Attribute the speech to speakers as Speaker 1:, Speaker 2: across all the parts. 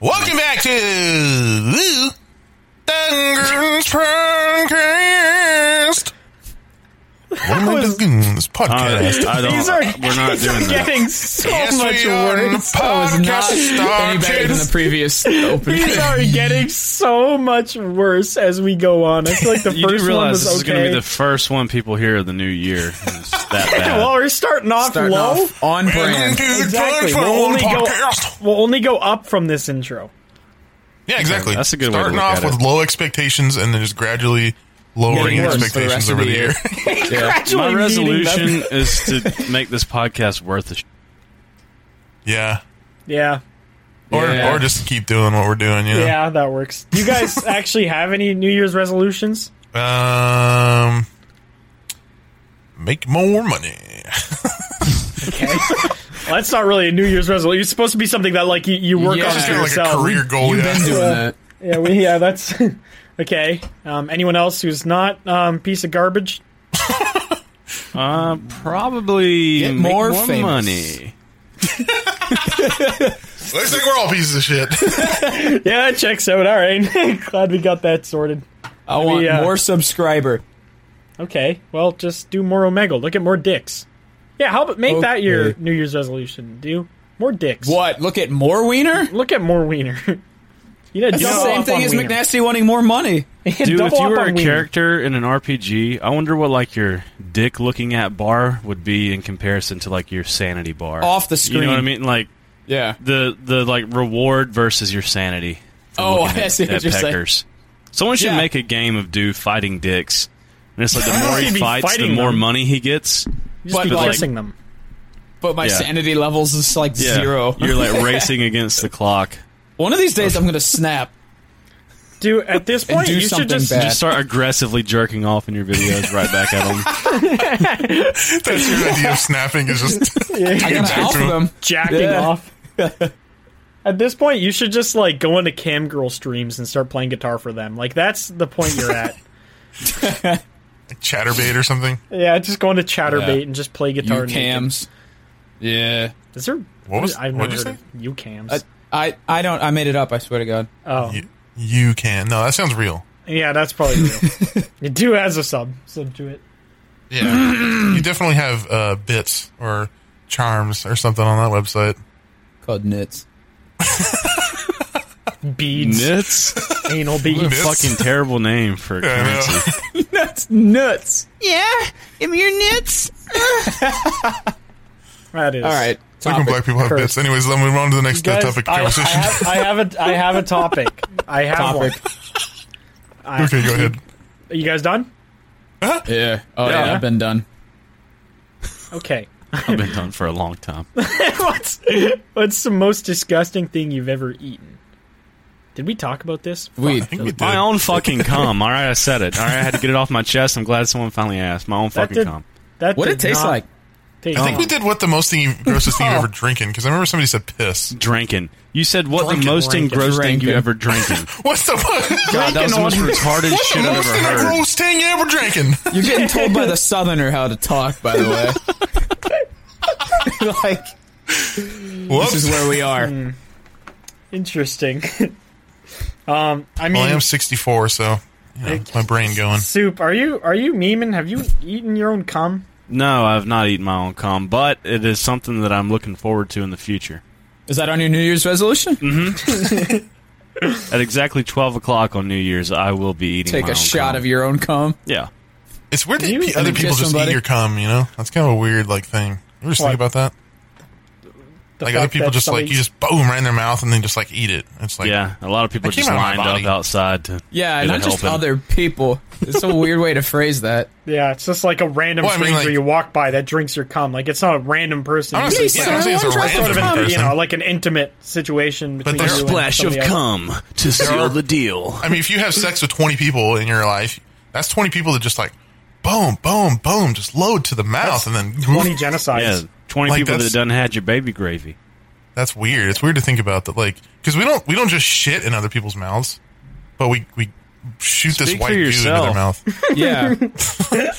Speaker 1: Welcome back to the Dungeons Podcast. What am I doing in this podcast?
Speaker 2: I don't-
Speaker 3: These are
Speaker 2: we're not doing
Speaker 3: these are
Speaker 2: that.
Speaker 3: getting so
Speaker 1: Yes, we
Speaker 3: much
Speaker 1: are.
Speaker 3: worse.
Speaker 1: The
Speaker 3: That was not
Speaker 1: podcast
Speaker 3: any better than
Speaker 1: started.
Speaker 3: the previous opening. These are getting so much worse as we go on. I feel like the
Speaker 2: You
Speaker 3: first one
Speaker 2: do realize
Speaker 3: was
Speaker 2: this is going to
Speaker 3: okay.
Speaker 2: be the first one people hear of the new year. It's that bad.
Speaker 3: well, we're starting off
Speaker 4: Starting
Speaker 3: low.
Speaker 4: off on
Speaker 1: Welcome
Speaker 4: brand.
Speaker 1: to the
Speaker 3: Exactly.
Speaker 1: Dungeons
Speaker 3: We'll only go
Speaker 1: Podcast.
Speaker 3: we'll only go up from this intro.
Speaker 1: Yeah, exactly.
Speaker 2: That's a good way to
Speaker 1: Starting
Speaker 2: look
Speaker 1: off
Speaker 2: at
Speaker 1: with
Speaker 2: it.
Speaker 1: low expectations and then just gradually lowering
Speaker 4: Getting worse for the
Speaker 1: expectations
Speaker 4: rest of
Speaker 1: over the
Speaker 4: the
Speaker 1: year.
Speaker 3: Gradually
Speaker 2: My
Speaker 3: meeting them.
Speaker 2: resolution is to make this podcast worth a sh-
Speaker 1: yeah.
Speaker 3: Yeah.
Speaker 1: Or,
Speaker 4: Yeah.
Speaker 1: or just keep doing what we're doing, you know?
Speaker 3: Yeah, that works. Do you guys actually have any New Year's resolutions?
Speaker 1: Um, make more money.
Speaker 3: Okay. Well, that's not really a New Year's resolution. It's supposed to be something that like you, you work
Speaker 4: Yeah.
Speaker 3: on
Speaker 4: Just
Speaker 3: for
Speaker 1: Kind of like
Speaker 3: yourself.
Speaker 1: a career goal.
Speaker 4: You've
Speaker 1: yeah.
Speaker 4: been doing that.
Speaker 3: Yeah, we yeah, that's okay. Um, anyone else who's not um, piece of garbage?
Speaker 2: Uh, probably
Speaker 4: Get
Speaker 2: make
Speaker 4: more
Speaker 2: more,
Speaker 4: famous.
Speaker 2: money.
Speaker 1: Looks like we're all pieces of shit.
Speaker 3: Yeah, that checks out. All right, glad we got that sorted.
Speaker 4: I want
Speaker 3: uh,
Speaker 4: more subscriber.
Speaker 3: Okay, well, just do more Omega. Look at more dicks. Yeah, how about make that your
Speaker 4: Okay.
Speaker 3: New Year's resolution? Do more dicks.
Speaker 4: What? Look at more wiener.
Speaker 3: Look at more wiener. you know,
Speaker 4: That's
Speaker 3: double
Speaker 4: the same
Speaker 3: up
Speaker 4: thing
Speaker 3: on
Speaker 4: as
Speaker 3: wiener.
Speaker 4: McNasty wanting more money.
Speaker 3: Yeah,
Speaker 2: Dude,
Speaker 3: double
Speaker 2: if you
Speaker 3: up
Speaker 2: were
Speaker 3: on
Speaker 2: a
Speaker 3: wiener.
Speaker 2: character in an RPG, I wonder what like your dick looking at bar would be in comparison to like your sanity bar
Speaker 4: Off the
Speaker 2: You know what I
Speaker 4: screen.
Speaker 2: mean? Like
Speaker 4: Yeah.
Speaker 2: the the like reward versus your sanity. for
Speaker 4: Oh,
Speaker 2: looking
Speaker 4: I
Speaker 2: at-
Speaker 4: see what
Speaker 2: at
Speaker 4: you're saying.
Speaker 2: peckers. Someone should
Speaker 4: Yeah.
Speaker 2: make a game of dude fighting dicks. And it's like the more
Speaker 3: He'd
Speaker 2: he
Speaker 3: be
Speaker 2: fights, the
Speaker 3: fighting
Speaker 2: more
Speaker 3: them.
Speaker 2: money he gets.
Speaker 3: Just
Speaker 4: But
Speaker 3: be
Speaker 4: like-
Speaker 3: kissing them.
Speaker 4: But my
Speaker 2: Yeah.
Speaker 4: sanity levels is like zero.
Speaker 2: You're like racing against the clock.
Speaker 4: One of these days I'm gonna snap.
Speaker 3: Dude, at this
Speaker 4: And
Speaker 3: point,
Speaker 4: do
Speaker 3: you should
Speaker 4: something
Speaker 3: just
Speaker 4: bad.
Speaker 2: Just start aggressively jerking off in your videos right back at them.
Speaker 1: That's your idea of snapping is just
Speaker 4: I gotta
Speaker 1: Exactly.
Speaker 4: alpha them.
Speaker 3: jacking
Speaker 4: Yeah.
Speaker 3: off. At this point, you should just like go into cam girl streams and start playing guitar for them. Like that's the point you're at.
Speaker 1: chatterbait or something.
Speaker 3: yeah, just go into ChatterBait
Speaker 4: Yeah.
Speaker 3: and just play guitar.
Speaker 4: You cams. Yeah.
Speaker 3: naked. Is there?
Speaker 1: What was-
Speaker 3: I've never
Speaker 1: what'd you
Speaker 3: heard
Speaker 1: say?
Speaker 3: of you cams.
Speaker 4: I, I I don't I made it up, I swear to God.
Speaker 3: oh,
Speaker 1: You, you can. No, that sounds real.
Speaker 3: yeah, that's probably true. you do as a sub sub to it.
Speaker 1: Yeah. you definitely have uh, bits or charms or something on that website.
Speaker 4: Called nits.
Speaker 3: Beads,
Speaker 2: Nits?
Speaker 3: anal beads.
Speaker 2: What a fucking terrible name for a
Speaker 1: I know.
Speaker 2: currency.
Speaker 4: That's nuts.
Speaker 3: That is
Speaker 4: All right.
Speaker 1: It's like when black people have
Speaker 3: Curse.
Speaker 1: bits. Anyways, let's move on to the next uh,
Speaker 3: Guys,
Speaker 1: topic of
Speaker 3: I, I
Speaker 1: conversation.
Speaker 3: have, I have a I have a topic. I have one.
Speaker 4: Topic.
Speaker 3: I-
Speaker 1: okay, go ahead.
Speaker 3: Are you guys done?
Speaker 4: Yeah. Oh yeah.
Speaker 3: Yeah.
Speaker 4: I've been done.
Speaker 3: Okay.
Speaker 2: I've been done for a long time.
Speaker 3: what's what's the most disgusting thing you've ever eaten? Did we talk about this?
Speaker 4: Weed.
Speaker 1: I think we did.
Speaker 2: My own fucking cum. All right, I said it. All right, I had to get it off my chest. I'm glad someone finally asked. My own
Speaker 3: That
Speaker 2: fucking
Speaker 3: did-
Speaker 2: cum.
Speaker 3: That
Speaker 4: What
Speaker 3: did
Speaker 4: it taste
Speaker 3: not
Speaker 4: like?
Speaker 3: taste
Speaker 1: I think we
Speaker 3: like-
Speaker 1: did what the most thing, you- grossest thing you
Speaker 3: Oh.
Speaker 1: ever drinking because I remember somebody said piss.
Speaker 2: Drinking. You said what
Speaker 1: Drinking,
Speaker 2: the most
Speaker 1: drinking,
Speaker 2: engrossed thing you
Speaker 4: drinking.
Speaker 2: ever drinking.
Speaker 1: What's the most,
Speaker 2: God, that was the most retarded shit I've
Speaker 1: most
Speaker 2: ever heard.
Speaker 1: gross thing you ever drinking?
Speaker 4: You're getting told by the southerner how to talk, by the way. like
Speaker 1: Whoops.
Speaker 4: this is where we are.
Speaker 3: Interesting. um, I
Speaker 1: well, Oh, I
Speaker 3: mean,
Speaker 1: am 64, so you know, my brain going.
Speaker 3: soup. Are you are you memeing? Have you eaten your own cum?
Speaker 2: No, I've not eaten my own cum, but it is something that I'm looking forward to in the future.
Speaker 4: Is that on your New Year's resolution?
Speaker 2: At exactly twelve o'clock on New Year's, I will be eating.
Speaker 4: Take
Speaker 2: my
Speaker 4: a
Speaker 2: own
Speaker 4: shot
Speaker 2: cum.
Speaker 4: of your own cum.
Speaker 2: Yeah,
Speaker 1: It's weird that
Speaker 4: You-
Speaker 1: pe- other
Speaker 4: you
Speaker 1: people
Speaker 4: kiss
Speaker 1: just
Speaker 4: somebody.
Speaker 1: eat your cum. You know, that's kind of a weird like thing. You ever just
Speaker 3: What?
Speaker 1: think about that?
Speaker 3: The
Speaker 1: like other
Speaker 3: fact
Speaker 1: people
Speaker 3: that
Speaker 1: just like
Speaker 3: somebody-
Speaker 1: you just boom right in their mouth and then just like eat it. It's like
Speaker 2: yeah. A lot of people
Speaker 1: That came
Speaker 2: just
Speaker 1: out of my
Speaker 2: lined up
Speaker 1: body.
Speaker 2: outside to
Speaker 4: Yeah,
Speaker 2: get
Speaker 4: not
Speaker 2: a
Speaker 4: just
Speaker 2: helping.
Speaker 4: other people. It's a weird way to phrase that.
Speaker 3: Yeah, it's just like a random
Speaker 1: Well, I mean,
Speaker 3: stranger
Speaker 1: like-
Speaker 3: you walk by that drinks your cum. Like it's not a random person.
Speaker 1: I'm not
Speaker 3: It's
Speaker 1: saying,
Speaker 4: Please,
Speaker 1: yeah,
Speaker 4: sir,
Speaker 1: I'm not saying it's
Speaker 4: one
Speaker 1: a
Speaker 4: drop of
Speaker 1: random
Speaker 4: cum,
Speaker 1: person.
Speaker 3: you know, like an intimate situation between
Speaker 1: there-
Speaker 3: you and
Speaker 2: splash of
Speaker 3: somebody else.
Speaker 2: cum to seal
Speaker 1: are-
Speaker 2: the deal.
Speaker 1: I mean, if you have sex with 20 people in your life, that's 20 people that just like boom, boom, boom, just load to the mouth and then
Speaker 3: Twenty genocides.
Speaker 2: Yeah, twenty
Speaker 1: Like,
Speaker 2: people that
Speaker 1: that's-
Speaker 2: done had your baby gravy.
Speaker 1: That's weird. It's weird to think about that, like, because we don't we don't just shit in other people's mouths, but we we shoot
Speaker 2: Speak
Speaker 1: this
Speaker 2: for
Speaker 1: white dude into their
Speaker 2: yourself.
Speaker 1: mouth.
Speaker 4: Yeah.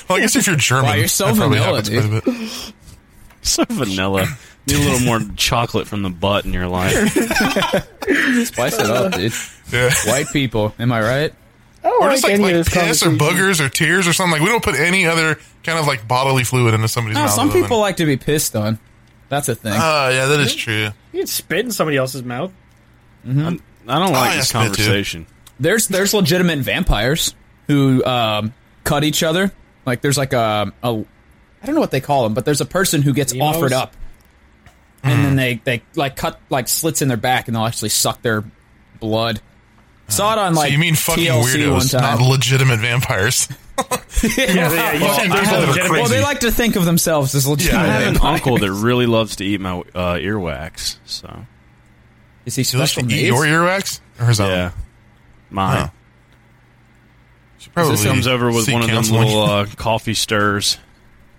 Speaker 1: Well, I guess if you're German,
Speaker 4: Wow, you're so
Speaker 1: that probably
Speaker 4: vanilla,
Speaker 1: happens quite a bit.
Speaker 2: So vanilla. Need a little more chocolate from the butt in your life.
Speaker 4: Spice it up, dude.
Speaker 1: Yeah.
Speaker 4: White people, am I right?
Speaker 3: Oh, I don't
Speaker 1: Or
Speaker 3: like
Speaker 1: just like,
Speaker 3: any
Speaker 1: like
Speaker 3: of this
Speaker 1: piss or
Speaker 3: conversation.
Speaker 1: boogers or tears or something. Like we don't put any other kind of like bodily fluid into somebody's
Speaker 4: No,
Speaker 1: mouth.
Speaker 4: some
Speaker 1: other
Speaker 4: people
Speaker 1: Than,
Speaker 4: like to be pissed on. That's a thing.
Speaker 1: uh, yeah, that is true.
Speaker 3: You can spit in somebody else's mouth.
Speaker 2: I don't like
Speaker 1: I
Speaker 2: this
Speaker 1: spit too.
Speaker 2: conversation.
Speaker 4: there's there's legitimate vampires who um, cut each other. Like there's like a, a I don't know what they call them, but there's a person who gets
Speaker 3: Emos?
Speaker 4: offered up, and then they they like cut like slits in their back, and they'll actually suck their blood. Saw it on like
Speaker 1: so you mean fucking
Speaker 4: TLC one
Speaker 1: weirdos,
Speaker 4: time.
Speaker 1: not legitimate vampires?
Speaker 3: Yeah, yeah, you
Speaker 1: Well,
Speaker 3: said
Speaker 1: I
Speaker 3: people
Speaker 1: have a
Speaker 3: legitimate-
Speaker 1: crazy-
Speaker 4: well, they like to think of themselves as legitimate.
Speaker 2: I have an
Speaker 4: vampires.
Speaker 2: uncle that really loves to eat my uh, earwax. So
Speaker 4: Is he
Speaker 1: Do those
Speaker 4: special?
Speaker 1: eat
Speaker 4: needs?
Speaker 1: your earwax or his own?
Speaker 2: yeah, mine.
Speaker 1: Huh. Should probably
Speaker 2: This comes over with
Speaker 1: seek
Speaker 2: one of them
Speaker 1: counseling.
Speaker 2: little uh, coffee stirs.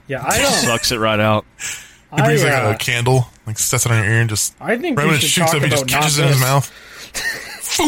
Speaker 3: Yeah, I don't.
Speaker 2: Sucks it right out.
Speaker 1: He brings
Speaker 3: I,
Speaker 1: like
Speaker 3: uh,
Speaker 1: a candle, like sets it on your ear, and just
Speaker 3: I think
Speaker 1: right
Speaker 3: we
Speaker 1: when it
Speaker 3: should
Speaker 1: shoots
Speaker 3: talk
Speaker 1: up, he just
Speaker 3: about not
Speaker 1: catches it in his
Speaker 3: this.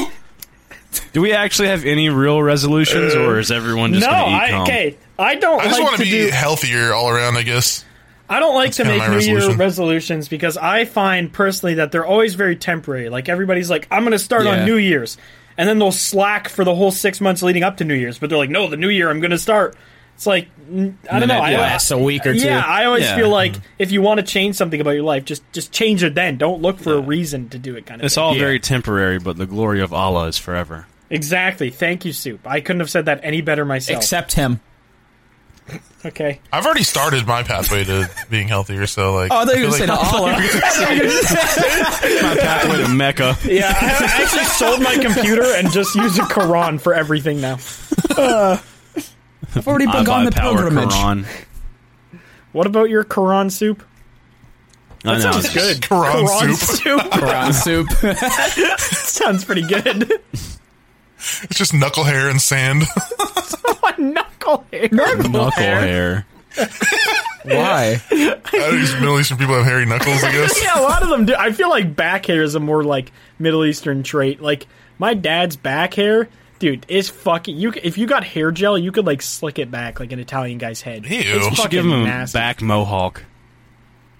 Speaker 1: mouth.
Speaker 2: Do we actually have any real resolutions, or is everyone just
Speaker 3: no,
Speaker 2: going to eat
Speaker 3: I,
Speaker 2: cum?
Speaker 3: okay. I don't
Speaker 1: I just
Speaker 3: like
Speaker 1: want
Speaker 3: to
Speaker 1: to be
Speaker 3: do.
Speaker 1: healthier all around. I guess
Speaker 3: I don't like to
Speaker 1: kinda
Speaker 3: make
Speaker 1: my
Speaker 3: New Year
Speaker 1: resolution.
Speaker 3: resolutions because I find personally that they're always very temporary. Like everybody's like, I'm going to start
Speaker 4: Yeah.
Speaker 3: on New Year's, and then they'll slack for the whole six months leading up to New Year's. But they're like, No, the New Year, I'm going to start. It's like n- I don't
Speaker 4: And
Speaker 3: know.
Speaker 4: it
Speaker 3: I,
Speaker 4: lasts a week or two.
Speaker 3: Yeah, I always
Speaker 2: Yeah.
Speaker 3: feel like
Speaker 1: Mm-hmm.
Speaker 3: if you want to change something about your life, just just change it then. Don't look for a reason to do it. Kind of.
Speaker 2: It's
Speaker 3: thing.
Speaker 2: all very temporary, but the glory of Allah is forever.
Speaker 3: exactly. Thank you, Soup. I couldn't have said that any better myself.
Speaker 4: Except him.
Speaker 3: okay.
Speaker 1: I've already started my pathway to being healthier. So like,
Speaker 4: Oh, I thought you
Speaker 1: feel
Speaker 4: were going to
Speaker 1: like-
Speaker 4: say Allah.
Speaker 2: My pathway to Mecca.
Speaker 3: Yeah, I I actually sold my computer and just use a Quran for everything now.
Speaker 4: I've already
Speaker 2: I
Speaker 4: begun
Speaker 2: buy
Speaker 4: the
Speaker 2: power
Speaker 4: pilgrimage.
Speaker 2: Quran.
Speaker 3: What about your Quran soup?
Speaker 2: I
Speaker 4: "Oh,
Speaker 2: know. it's just-
Speaker 1: Quran soup.
Speaker 3: soup
Speaker 4: Quran soup.
Speaker 3: sounds pretty good.
Speaker 1: It's just knuckle hair and sand.
Speaker 3: My knuckle hair.
Speaker 2: Knuckle hair.
Speaker 4: Why?
Speaker 1: I don't know, these Middle Eastern people have hairy knuckles. I guess.
Speaker 3: yeah, a lot of them do. I feel like back hair is a more like Middle Eastern trait. Like my dad's back hair, dude, is fucking. You c- if you got hair gel, you could like slick it back like an Italian guy's head. It's
Speaker 1: Ew. You should
Speaker 2: You should
Speaker 3: fucking
Speaker 2: give him a
Speaker 3: nasty.
Speaker 2: back mohawk.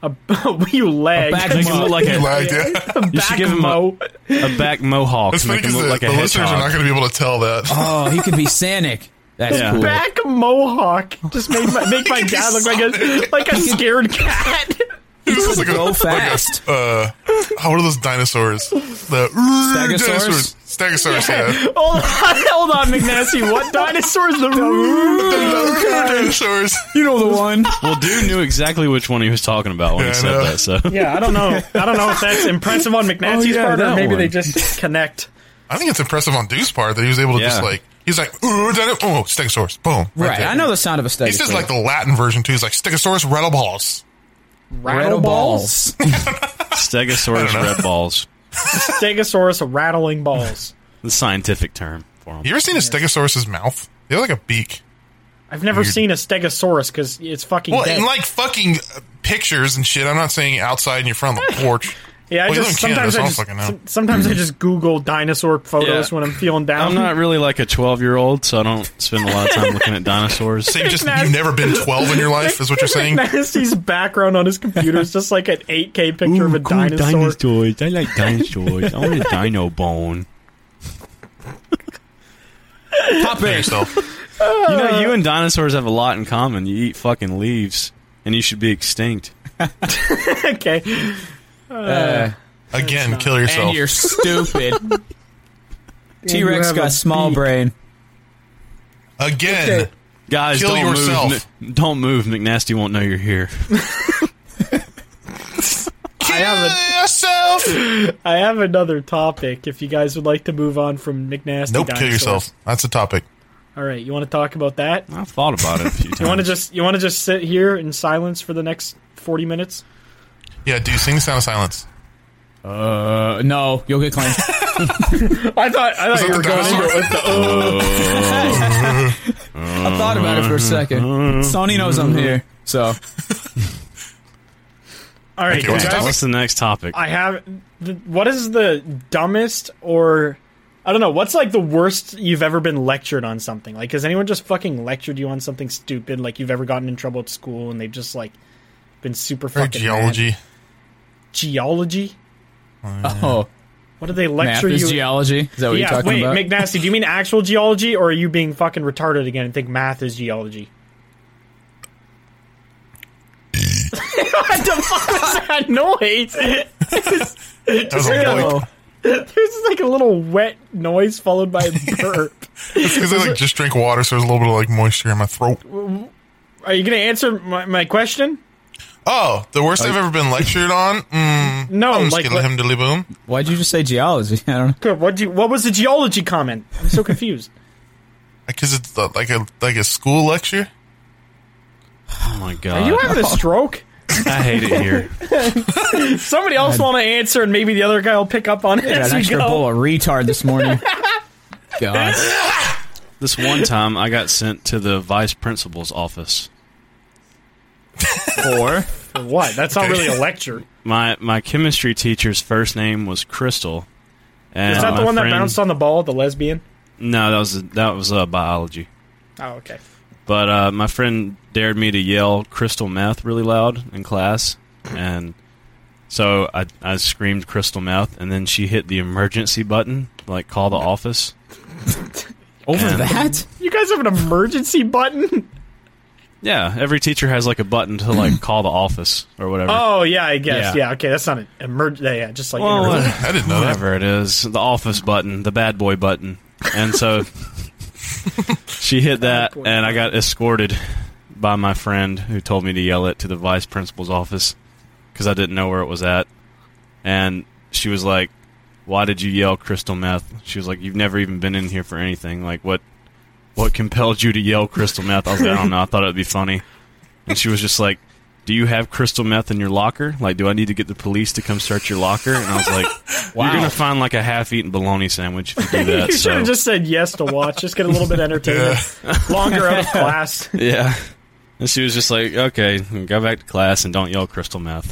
Speaker 3: A, you leg.
Speaker 4: back
Speaker 2: Make him look like
Speaker 1: He
Speaker 2: a,
Speaker 1: lagged, yeah.
Speaker 2: you should
Speaker 3: back
Speaker 2: give him a,
Speaker 3: mo.
Speaker 2: a back mohawk.
Speaker 1: It's funny
Speaker 2: Make him
Speaker 1: because
Speaker 2: look
Speaker 1: the,
Speaker 2: like a
Speaker 1: the listeners are
Speaker 2: hedgehog.
Speaker 1: not going to be able to tell that.
Speaker 4: Oh, he could be Sanic. That's
Speaker 2: Yeah.
Speaker 4: cool.
Speaker 3: back mohawk just made my, make my
Speaker 1: could be
Speaker 3: dad look like a
Speaker 1: Sonic.
Speaker 3: like a scared cat.
Speaker 1: It was like
Speaker 4: go
Speaker 1: like
Speaker 4: fast.
Speaker 1: uh, oh, what are those dinosaurs? The
Speaker 4: Stegosaurus?
Speaker 1: dinosaurs. Stegosaurus. Yeah.
Speaker 3: hold on, hold on, McNasty. What dinosaurs? The
Speaker 4: Oh,
Speaker 1: dinosaurs.
Speaker 4: you know the one.
Speaker 2: Well, dude knew exactly which one he was talking about when
Speaker 1: Yeah,
Speaker 2: he
Speaker 1: I
Speaker 2: said
Speaker 1: know.
Speaker 2: that. So
Speaker 3: yeah, I don't know. I don't know if that's impressive on McNasty's
Speaker 2: Oh, yeah,
Speaker 3: part, or
Speaker 2: that
Speaker 3: maybe
Speaker 2: one.
Speaker 3: they just connect.
Speaker 1: I think it's impressive on Deuce part that he was able to just
Speaker 2: Yeah.
Speaker 1: like he's like "Ooh, dino- oh stegosaurus boom
Speaker 4: Right,
Speaker 1: there.
Speaker 4: I know the sound of a stegosaurus.
Speaker 1: He says like the Latin version too. He's like stegosaurus rattle balls.
Speaker 4: rattle balls.
Speaker 2: Stegosaurus red balls,
Speaker 3: Stegosaurus rattling balls.
Speaker 2: the scientific term for
Speaker 1: You
Speaker 2: him.
Speaker 1: ever seen a stegosaurus's mouth? They have like a beak.
Speaker 3: I've never
Speaker 1: Weird.
Speaker 3: seen a Stegosaurus because it's fucking
Speaker 1: Well,
Speaker 3: dead.
Speaker 1: in like fucking uh, pictures and shit. I'm not saying outside in your front of the porch.
Speaker 3: yeah, I
Speaker 1: well, you
Speaker 3: just
Speaker 1: live in
Speaker 3: sometimes
Speaker 1: Canada, so
Speaker 3: I
Speaker 1: I'll
Speaker 3: just
Speaker 1: fucking know.
Speaker 3: som- sometimes I just Google dinosaur photos
Speaker 2: Yeah.
Speaker 3: when I'm feeling down.
Speaker 2: I'm not really like a 12 year old, so I don't spend a lot of time looking at dinosaurs.
Speaker 1: So you just
Speaker 3: Nice.
Speaker 1: you've never been 12 in your life is what you're saying.
Speaker 3: McNasty's background on his computer is just like an 8K picture of a dinosaur.
Speaker 2: I like dinosaurs. I want a dino bone.
Speaker 1: Know yourself.
Speaker 2: You know, you and dinosaurs have a lot in common. You eat fucking leaves, and you should be extinct.
Speaker 3: okay.
Speaker 4: Uh,
Speaker 1: Again, kill
Speaker 4: and
Speaker 1: yourself.
Speaker 4: you're stupid. T Rex
Speaker 3: have a
Speaker 4: got small
Speaker 3: beak.
Speaker 4: brain.
Speaker 1: Again.
Speaker 3: Okay.
Speaker 2: Guys,
Speaker 1: Kill
Speaker 2: don't
Speaker 1: yourself.
Speaker 2: move. N- Don't move. McNasty won't know you're here.
Speaker 1: Kill yourself.
Speaker 3: I have another topic. If you guys would like to move on from McNasty,
Speaker 1: Nope, kill
Speaker 3: dinosaurs.
Speaker 1: yourself. That's a topic.
Speaker 3: All right, you want to talk about that?
Speaker 2: I've thought about it a few times.
Speaker 3: You want to just you want to just sit here in silence for the next forty minutes?
Speaker 1: Yeah, do you sing the sound of silence?
Speaker 4: Uh, no, you'll get claimed.
Speaker 3: I thought I thought
Speaker 1: that
Speaker 3: you
Speaker 1: the
Speaker 3: were going into
Speaker 1: dinosaur?
Speaker 3: it with the uh,
Speaker 4: I thought about it for a second. Sony knows I'm here, so
Speaker 3: All right,
Speaker 1: Okay,
Speaker 3: guys,
Speaker 1: what's the topic?
Speaker 2: What's the next topic?
Speaker 3: I have. The, what is the dumbest or I don't know? What's like the worst you've ever been lectured on something? Like, has anyone just fucking lectured you on something stupid? Like, you've ever gotten in trouble at school and they've just like been super
Speaker 1: Or
Speaker 3: fucking mad?
Speaker 1: geology?
Speaker 3: geology.
Speaker 4: oh,
Speaker 3: What do they
Speaker 4: math
Speaker 3: lecture
Speaker 4: is
Speaker 3: you?
Speaker 4: geology. Is that
Speaker 3: yeah,
Speaker 4: what you're talking
Speaker 3: wait,
Speaker 4: about?
Speaker 3: McNasty, do you mean actual geology, or are you being fucking retarded again and think math is geology? what the fuck was that noise?
Speaker 1: That was a boink.
Speaker 4: Oh.
Speaker 3: There's like a little wet noise followed by a burp.
Speaker 1: It's because I like just drink water, so there's a little bit of like moisture in my throat.
Speaker 3: Are you gonna answer my, my question?
Speaker 1: Oh, the worst I've ever been lectured on. Mm,
Speaker 3: No,
Speaker 1: I'm
Speaker 3: Oh, like
Speaker 1: like,
Speaker 3: what,
Speaker 1: him dilly boom.
Speaker 4: Why'd you just say geology? I don't know.
Speaker 3: good, what, do you, what was the geology comment? I'm so confused.
Speaker 1: Because it's uh, like a like a school lecture.
Speaker 2: oh my god,
Speaker 3: Are you having a stroke?
Speaker 2: I hate it here.
Speaker 3: Somebody else want to answer, and maybe the other guy will pick up on it
Speaker 4: Got
Speaker 3: as
Speaker 4: an
Speaker 3: we
Speaker 4: extra
Speaker 3: go.
Speaker 4: bowl of retard this morning. God,
Speaker 2: This one time, I got sent to the vice principal's office.
Speaker 4: four.
Speaker 3: What? That's not really a lecture.
Speaker 2: My my chemistry teacher's first name was Crystal. And
Speaker 3: Is that the
Speaker 2: my
Speaker 3: one that
Speaker 2: friend-
Speaker 3: bounced on the ball, the lesbian?
Speaker 2: No, that was that was uh, biology.
Speaker 3: Oh, okay.
Speaker 2: But uh, my friend dared me to yell crystal meth really loud in class, and so I, I screamed crystal meth, and then she hit the emergency button, like call the office.
Speaker 4: Over
Speaker 2: And-
Speaker 4: that?
Speaker 3: You guys have an emergency button?
Speaker 2: Yeah, every teacher has like a button to like call the office or whatever.
Speaker 3: Oh, yeah, I guess.
Speaker 2: Yeah.
Speaker 3: Yeah, okay, that's not an emergency. Yeah, yeah, just like
Speaker 2: Well,
Speaker 3: emergency.
Speaker 2: uh,
Speaker 1: I didn't know that.
Speaker 2: whatever it is, the office button, the bad boy button, and so she hit that,
Speaker 3: boy
Speaker 2: and I got escorted by my friend who told me to yell it to the vice principal's office because I didn't know where it was at, and she was like, "Why did you yell crystal meth?" She was like, "You've never even been in here for anything. Like what? What compelled you to yell crystal meth?" I was like, "I don't know. I thought it'd be funny," and she was just like. Do you have crystal meth in your locker? Like, do I need to get the police to come search your locker? And I was like, you're gonna find like a half-eaten bologna sandwich if you do that.
Speaker 3: you should
Speaker 2: so
Speaker 3: have just said yes to watch. Just get a little bit entertainment. Longer out of class.
Speaker 2: yeah. And she was just like, "Okay, go back to class and don't yell crystal meth."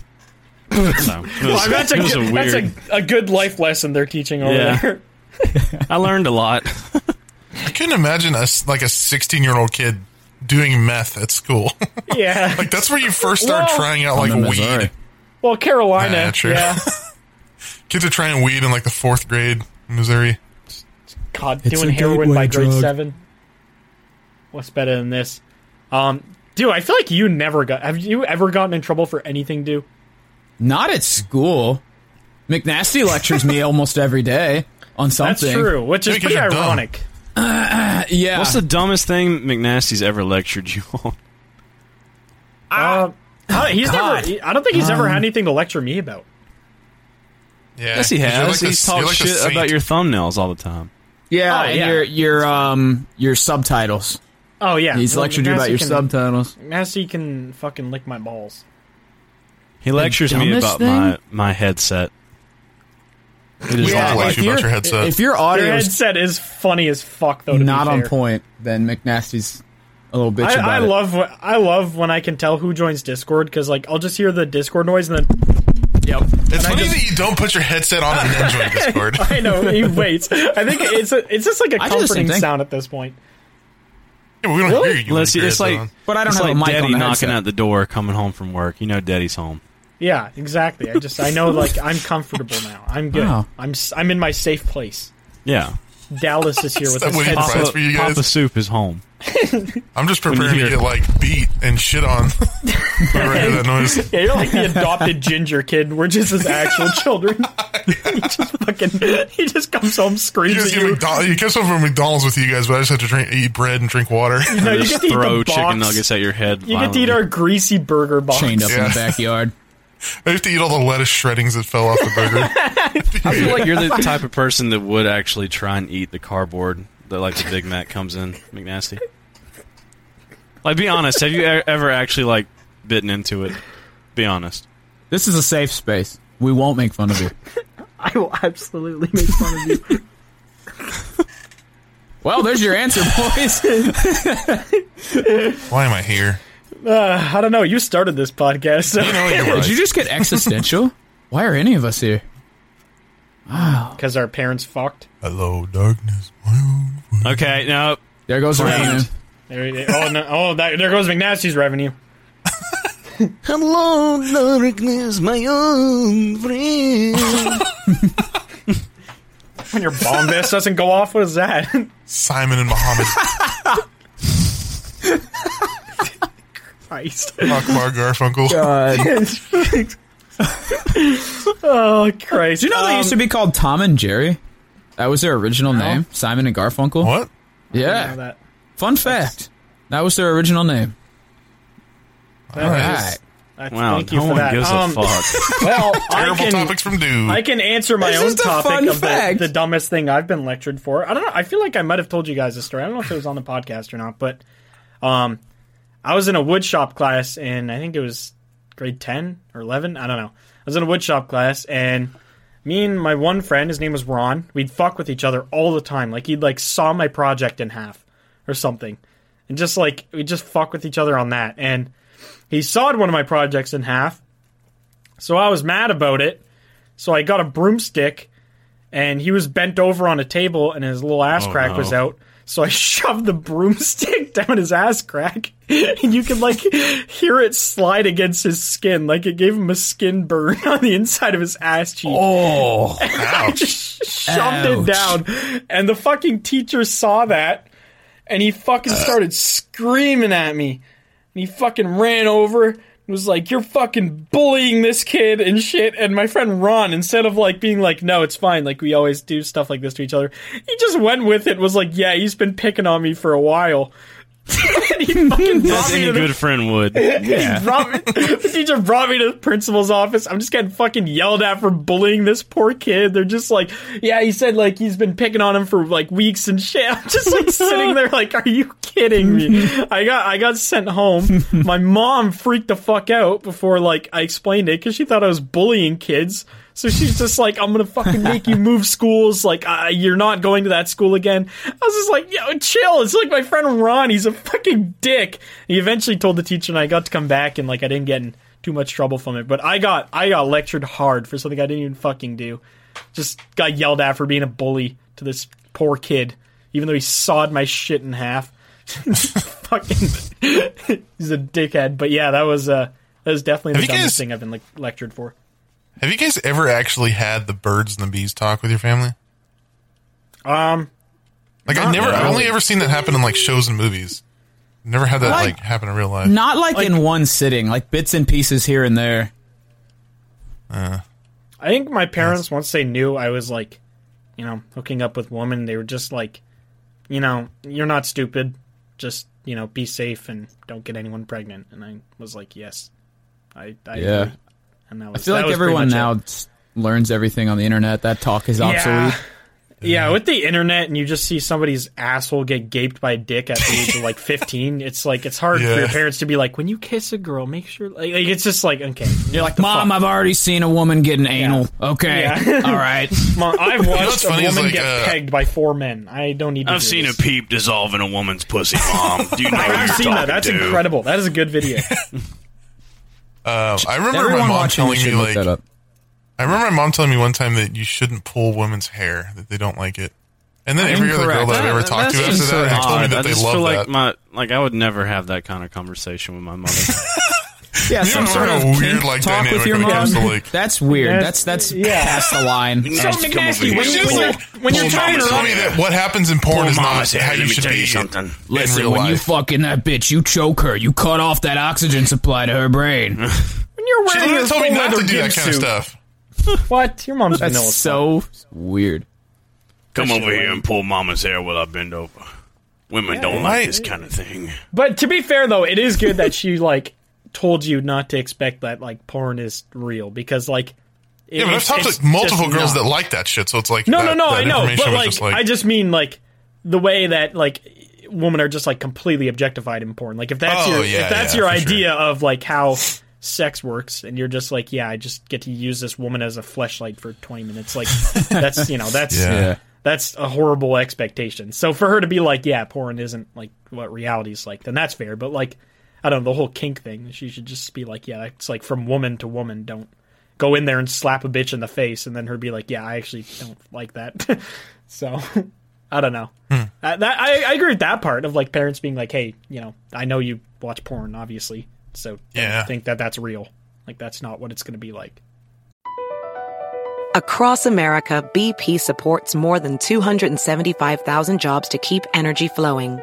Speaker 2: So, it was-
Speaker 3: Well, that's a,
Speaker 2: it was
Speaker 3: good-
Speaker 2: a weird.
Speaker 3: that's a, a good life lesson they're teaching over
Speaker 2: Yeah.
Speaker 3: there.
Speaker 2: I learned a lot.
Speaker 1: I couldn't imagine us like a 16 year old kid doing meth at school.
Speaker 3: Yeah.
Speaker 1: like that's where you first start
Speaker 3: Well-
Speaker 1: trying out like
Speaker 4: in Missouri.
Speaker 1: weed.
Speaker 3: Well, Carolina.
Speaker 1: Nah, true.
Speaker 3: yeah.
Speaker 1: Kids are trying weed in like the fourth grade in Missouri.
Speaker 3: God,
Speaker 4: It's
Speaker 3: doing
Speaker 4: a
Speaker 3: heroin by
Speaker 4: gateway
Speaker 3: grade
Speaker 4: drug.
Speaker 3: seven. What's better than this? Um, dude, I feel like you never got. Have you ever gotten in trouble for anything, dude?
Speaker 4: Not at school. McNasty lectures me almost every day on
Speaker 3: That's
Speaker 4: something.
Speaker 3: true, which is
Speaker 1: Yeah, 'cause
Speaker 3: pretty
Speaker 1: you're dumb.
Speaker 3: ironic.
Speaker 4: Yeah.
Speaker 2: What's the dumbest thing McNasty's ever lectured you on?
Speaker 4: Ah,
Speaker 3: Um, I- he's never. I don't think he's ever
Speaker 4: Um,
Speaker 3: had anything to lecture me about.
Speaker 1: Yeah,
Speaker 2: Yes, he
Speaker 1: You're
Speaker 2: has.
Speaker 1: the-
Speaker 2: He's
Speaker 1: you're
Speaker 2: talked
Speaker 1: like the
Speaker 2: shit
Speaker 1: saint.
Speaker 2: about your thumbnails all the time.
Speaker 4: yeah,
Speaker 3: Oh,
Speaker 4: and
Speaker 3: yeah.
Speaker 4: your your um your subtitles.
Speaker 3: Oh yeah,
Speaker 4: He's
Speaker 3: Well,
Speaker 4: lectured you about
Speaker 3: Massey
Speaker 4: your
Speaker 3: can,
Speaker 4: subtitles.
Speaker 3: Massey can fucking lick my balls.
Speaker 2: He lectures me
Speaker 4: dumbest
Speaker 2: about
Speaker 4: thing?
Speaker 2: my my headset. It is
Speaker 1: Yeah,
Speaker 2: not
Speaker 1: like-
Speaker 2: like
Speaker 4: if
Speaker 1: you about
Speaker 4: your-
Speaker 1: your headset.
Speaker 4: If your
Speaker 3: Your
Speaker 4: audio is
Speaker 3: headset is funny as fuck though. To
Speaker 4: not
Speaker 3: be
Speaker 4: on
Speaker 3: fair.
Speaker 4: point, then McNasty's a little bitch about
Speaker 3: I, I
Speaker 4: it.
Speaker 3: love wh- I love when I can tell who joins Discord because like I'll just hear the Discord noise and then
Speaker 4: Yep.
Speaker 1: it's funny that you don't put your headset on and then join Discord.
Speaker 3: I know he waits. I think it's a, it's just like a
Speaker 4: I do the same
Speaker 3: comforting
Speaker 4: thing.
Speaker 3: sound at this point.
Speaker 1: Yeah, we don't hear you.
Speaker 2: Let's see,
Speaker 1: with your
Speaker 2: it's
Speaker 1: headset
Speaker 2: like,
Speaker 1: on.
Speaker 4: But I don't
Speaker 2: it's
Speaker 4: have a
Speaker 2: like
Speaker 4: mic on
Speaker 2: Daddy
Speaker 4: the
Speaker 2: knocking
Speaker 4: headset.
Speaker 2: at the door, coming home from work. You know, Daddy's home.
Speaker 3: Yeah, exactly. I just I know like I'm comfortable now. I'm good.
Speaker 4: Wow.
Speaker 3: I'm s- I'm in my safe place.
Speaker 2: Yeah,
Speaker 3: Dallas is here with
Speaker 1: that
Speaker 3: his
Speaker 1: what he
Speaker 3: headset.
Speaker 1: Surprise
Speaker 2: Papa,
Speaker 1: for you guys.
Speaker 2: Papa Soup is home.
Speaker 1: I'm just preparing to
Speaker 2: hear-
Speaker 1: get like beat and shit on. by regular that noise.
Speaker 3: Yeah, you're like the adopted ginger kid. We're just his actual children. he just fucking he just comes home
Speaker 1: You
Speaker 3: screams
Speaker 1: just
Speaker 3: at
Speaker 1: get
Speaker 3: you.
Speaker 1: McDonald's. You catch something from McDonald's with you guys, but I just have to drink, eat bread and drink water.
Speaker 3: No, you
Speaker 2: Just
Speaker 3: get to eat the
Speaker 2: throw
Speaker 3: box.
Speaker 2: chicken nuggets at your head.
Speaker 3: You get to eat our greasy burger box.
Speaker 4: chained up in
Speaker 1: Yeah.
Speaker 4: the backyard.
Speaker 1: I have to eat all the lettuce shreddings that fell off the burger.
Speaker 2: I feel like you're the type of person that would actually try and eat the cardboard that like the Big Mac comes in, McNasty. Like, be honest. Have you e- ever actually like bitten into it? Be honest.
Speaker 4: This is a safe space. We won't make fun of you.
Speaker 3: I will absolutely make fun of you.
Speaker 4: Well, there's your answer, boys.
Speaker 1: Why am I here?
Speaker 3: Uh, I don't know. You started this podcast, so
Speaker 4: Did you just get existential? Why are any of us here?
Speaker 3: because our parents fucked.
Speaker 1: Hello, darkness.
Speaker 2: Okay, no,
Speaker 4: There goes Raymond.
Speaker 3: There it is. Oh, no, oh that, there goes McNasty's revenue.
Speaker 2: Hello, darkness, my own friend.
Speaker 3: When your bomb vest doesn't go off, what is that?
Speaker 1: Simon and Muhammad.
Speaker 3: Christ.
Speaker 1: Akbar Garfunkel.
Speaker 3: oh, Christ.
Speaker 4: Do you know they
Speaker 3: Um,
Speaker 4: used to be called Tom and Jerry? That was their original name, Simon and Garfunkel.
Speaker 1: What?
Speaker 3: I know
Speaker 4: Yeah.
Speaker 3: Um, that.
Speaker 4: Fun fact. That was their original name.
Speaker 3: That is-
Speaker 4: All right.
Speaker 3: that's-
Speaker 2: Wow,
Speaker 3: thank you
Speaker 2: no
Speaker 3: for
Speaker 2: one
Speaker 3: that.
Speaker 2: gives
Speaker 3: Um,
Speaker 2: a fuck.
Speaker 3: Well, I
Speaker 1: Terrible
Speaker 3: can,
Speaker 1: topics from dude.
Speaker 3: I can answer my
Speaker 4: It's
Speaker 3: own
Speaker 4: just a fun
Speaker 3: topic of the,
Speaker 4: fact.
Speaker 3: the dumbest thing I've been lectured for. I don't know. I feel like I might have told you guys this story. I don't know if it was on the podcast or not, but um, I was in a woodshop class in I think it was grade ten or eleven. I don't know. I was in a woodshop class and. Me and my one friend, his name was Ron, we'd fuck with each other all the time. Like he'd like saw my project in half or something. And just like we just fuck with each other on that. And he sawed one of my projects in half. So I was mad about it. So I got a broomstick and he was bent over on a table and his little ass
Speaker 2: Oh,
Speaker 3: crack
Speaker 2: no.
Speaker 3: was out. So I shoved the broomstick down his ass crack and you could like hear it slide against his skin. Like it gave him a skin burn on the inside of his ass cheek.
Speaker 4: Oh.
Speaker 3: I just shoved it
Speaker 4: Ouch.
Speaker 3: down. And the fucking teacher saw that and he
Speaker 2: Uh.
Speaker 3: fucking started screaming at me. And he fucking ran over and was like, You're fucking bullying this kid and shit. And my friend Ron, instead of like being like, No, it's fine, like we always do stuff like this to each other, he just went with it, was like, Yeah, he's been picking on me for a while. and he fucking brought
Speaker 2: As
Speaker 3: me
Speaker 2: any
Speaker 3: to the
Speaker 2: good friend would.
Speaker 3: he brought me, the teacher brought me to the principal's office. I'm just getting fucking yelled at for bullying this poor kid. They're just like, yeah, he said like he's been picking on him for like weeks and shit. I'm just like sitting there like, are you kidding me? I got I got sent home. My mom freaked the fuck out before like I explained it because she thought I was bullying kids. So she's just like, I'm gonna fucking make you move schools. Like, uh, you're not going to that school again. I was just like, yo, chill. It's like my friend Ron. He's a fucking dick. He eventually told the teacher, and I got to come back, and like I didn't get in too much trouble from it. But I got I got lectured hard for something I didn't even fucking do. Just got yelled at for being a bully to this poor kid, even though he sawed my shit in half. fucking, he's a dickhead. But yeah, that was uh, that was definitely
Speaker 1: Have you
Speaker 3: the dumbest
Speaker 1: guys-
Speaker 3: thing I've been like, lectured for.
Speaker 1: Have you guys ever actually had the birds and the bees talk with your family?
Speaker 3: Um.
Speaker 1: Like I never, I've only ever seen that happen in like shows and movies. Never had that
Speaker 4: What?
Speaker 1: like happen in real life.
Speaker 4: Not like, in one sitting, like bits and pieces here and there.
Speaker 3: I think my parents once they knew I was like, you know, hooking up with women, they were just like, you know, you're not stupid. Just you know, be safe and don't get anyone pregnant. And I was like, yes, I, I
Speaker 4: Yeah.
Speaker 3: agree. And that
Speaker 4: I
Speaker 3: was.
Speaker 4: feel
Speaker 3: that
Speaker 4: like
Speaker 3: was pretty
Speaker 4: everyone
Speaker 3: much
Speaker 4: now
Speaker 3: it.
Speaker 4: s- learns everything on the internet. That talk is
Speaker 3: Yeah.
Speaker 4: obsolete.
Speaker 3: Yeah, with the internet and you just see somebody's asshole get gaped by a dick at the age of like 15, it's like it's hard
Speaker 1: Yeah.
Speaker 3: for your parents to be like, when you kiss a girl, make sure like, like, it's just like okay,
Speaker 4: You're like, Mom, I've already seen a woman getting anal. Okay.
Speaker 3: Yeah.
Speaker 4: All right.
Speaker 3: Mom, I've watched
Speaker 1: funny
Speaker 3: a
Speaker 1: is,
Speaker 3: woman
Speaker 1: like,
Speaker 3: get
Speaker 1: uh,
Speaker 3: pegged by four men. I don't need. To
Speaker 2: I've
Speaker 3: hear
Speaker 2: seen a
Speaker 3: this.
Speaker 2: peep dissolve in a woman's pussy, mom. Do you know what
Speaker 3: I've
Speaker 2: you're
Speaker 3: seen that.
Speaker 2: talking
Speaker 3: That's
Speaker 2: to?
Speaker 3: incredible. That is a good video.
Speaker 1: Um, I remember
Speaker 4: Everyone
Speaker 1: my mom
Speaker 4: watching
Speaker 1: telling me
Speaker 4: should look
Speaker 1: like
Speaker 4: that up.
Speaker 1: I remember my mom telling me one time that you shouldn't pull women's hair; that they don't like it. And then every other girl
Speaker 4: Incorrect.
Speaker 1: that I've ever talked to
Speaker 2: That's
Speaker 1: after
Speaker 2: just
Speaker 1: that
Speaker 2: sort of
Speaker 1: has told me
Speaker 2: odd.
Speaker 1: that
Speaker 2: I
Speaker 1: they
Speaker 2: just feel
Speaker 1: love
Speaker 2: like
Speaker 1: that.
Speaker 2: my like I would never have that kind of conversation with my mother.
Speaker 4: Yeah, some
Speaker 1: and I
Speaker 4: sort of
Speaker 1: have a
Speaker 4: kink
Speaker 1: weird, like,
Speaker 4: talk
Speaker 1: dynamic
Speaker 4: with your
Speaker 1: when it
Speaker 4: mom.
Speaker 1: comes to, like-
Speaker 4: that's weird.
Speaker 5: That's-
Speaker 4: That's that's
Speaker 5: yeah.
Speaker 4: past the line.
Speaker 6: So
Speaker 4: That's-
Speaker 6: nasty.
Speaker 5: When you-
Speaker 1: She's
Speaker 5: when you're-
Speaker 1: like,
Speaker 5: when you're
Speaker 1: "Well,
Speaker 5: trying
Speaker 1: mama,
Speaker 5: to
Speaker 1: tell
Speaker 5: run-
Speaker 1: me that what happens in porn
Speaker 6: Well,
Speaker 1: is
Speaker 6: mama
Speaker 1: not
Speaker 6: said,
Speaker 1: how
Speaker 6: "Let
Speaker 1: you
Speaker 6: me
Speaker 1: should
Speaker 6: tell
Speaker 1: be
Speaker 6: you
Speaker 1: in-
Speaker 6: something."
Speaker 1: in
Speaker 4: Listen,
Speaker 1: real
Speaker 4: when you
Speaker 1: life.
Speaker 4: fucking that bitch, you choke her. You cut off that oxygen supply to her brain.
Speaker 5: When you're
Speaker 1: She
Speaker 5: wearing your
Speaker 1: literally told me
Speaker 5: full
Speaker 1: not
Speaker 5: leather
Speaker 1: to do that
Speaker 5: gimp
Speaker 1: kind of
Speaker 5: suit.
Speaker 1: stuff.
Speaker 5: What? Your mom's
Speaker 4: That's
Speaker 5: vanilla. as fuck.
Speaker 4: so weird.
Speaker 6: Come
Speaker 5: Christian
Speaker 6: over here
Speaker 5: way.
Speaker 6: and pull mama's hair while I bend over. Women don't like this kind of thing.
Speaker 5: But to be fair though, it is good that she like told you not to expect that like porn is real because like it-
Speaker 1: Yeah, but I've
Speaker 5: it's-
Speaker 1: talked
Speaker 5: it's
Speaker 1: to multiple
Speaker 5: just
Speaker 1: girls
Speaker 5: not.
Speaker 1: that like that shit, so it's like
Speaker 5: No,
Speaker 1: that,
Speaker 5: no, no,
Speaker 1: that
Speaker 5: I know,
Speaker 1: information
Speaker 5: but
Speaker 1: was
Speaker 5: like,
Speaker 1: just
Speaker 5: I just mean like the way that like women are just like completely objectified in porn. Like if that's
Speaker 1: Oh,
Speaker 5: your
Speaker 1: yeah,
Speaker 5: if that's
Speaker 1: yeah,
Speaker 5: your
Speaker 1: for sure.
Speaker 5: idea of like how sex works and you're just like, yeah, I just get to use this woman as a fleshlight for 20 minutes. Like that's, you know, that's
Speaker 1: Yeah.
Speaker 5: that's a horrible expectation. So for her to be like, yeah, porn isn't like what reality's like, then that's fair, but like I don't know, the whole kink thing, she should just be like, yeah, it's like from woman to woman, don't go in there and slap a bitch in the face and then her be like, "Yeah, I actually don't like that." so, I don't know. Uh, that I, I agree with that part of like parents being like, "Hey, you know, I know you watch porn, obviously, so don't
Speaker 1: Yeah.
Speaker 5: think that that's real. Like that's not what it's going to be like."
Speaker 7: Across America, BP supports more than 275,000 jobs to keep energy flowing.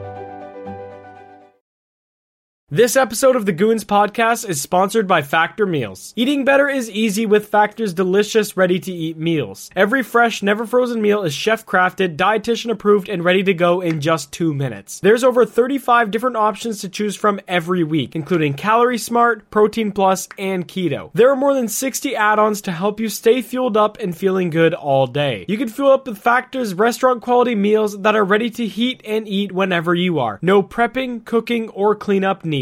Speaker 3: This episode of the Goons Podcast is sponsored by Factor Meals. Eating better is easy with Factor's delicious, ready to eat meals. Every fresh, never frozen meal is chef crafted, dietitian approved, and ready to go in just two minutes. There's over 35 different options to choose from every week, including Calorie Smart, Protein Plus, and Keto. There are more than 60 add ons to help you stay fueled up and feeling good all day. You can fuel up with Factor's restaurant quality meals that are ready to heat and eat whenever you are. No prepping, cooking, or cleanup needed.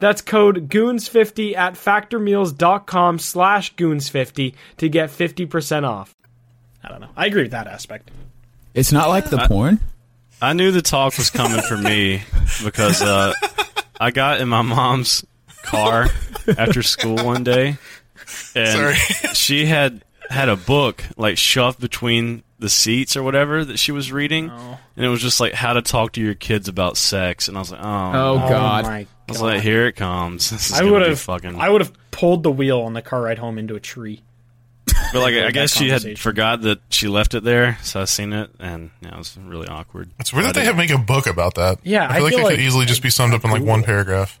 Speaker 3: That's code goons50 at factormeals.com slash goons50 to get 50% off.
Speaker 5: I don't know. I agree with that aspect.
Speaker 4: It's not like
Speaker 1: Uh,
Speaker 4: the porn.
Speaker 2: I knew the talk was coming for me because uh, I got in my mom's car after school one day, and
Speaker 1: Sorry.
Speaker 2: she had had a book like shoved between the seats or whatever that she was reading,
Speaker 1: Oh.
Speaker 2: and it was just like how to talk to your kids about sex, and I was like, oh,
Speaker 4: Oh, God.
Speaker 5: Oh my
Speaker 2: I was like, here it comes. This is
Speaker 5: I
Speaker 2: gonna
Speaker 5: would
Speaker 2: be
Speaker 5: have
Speaker 2: fucking.
Speaker 5: I would have pulled the wheel on the car ride home into a tree.
Speaker 2: but like, I
Speaker 5: that
Speaker 2: guess she had
Speaker 5: conversation.
Speaker 2: forgot that she left it there, so I seen it, and yeah, it was really awkward.
Speaker 1: It's weird
Speaker 2: I
Speaker 1: that they
Speaker 2: didn't-
Speaker 1: have make a book about that.
Speaker 5: Yeah,
Speaker 1: I feel like it could easily just be summed up in like one paragraph.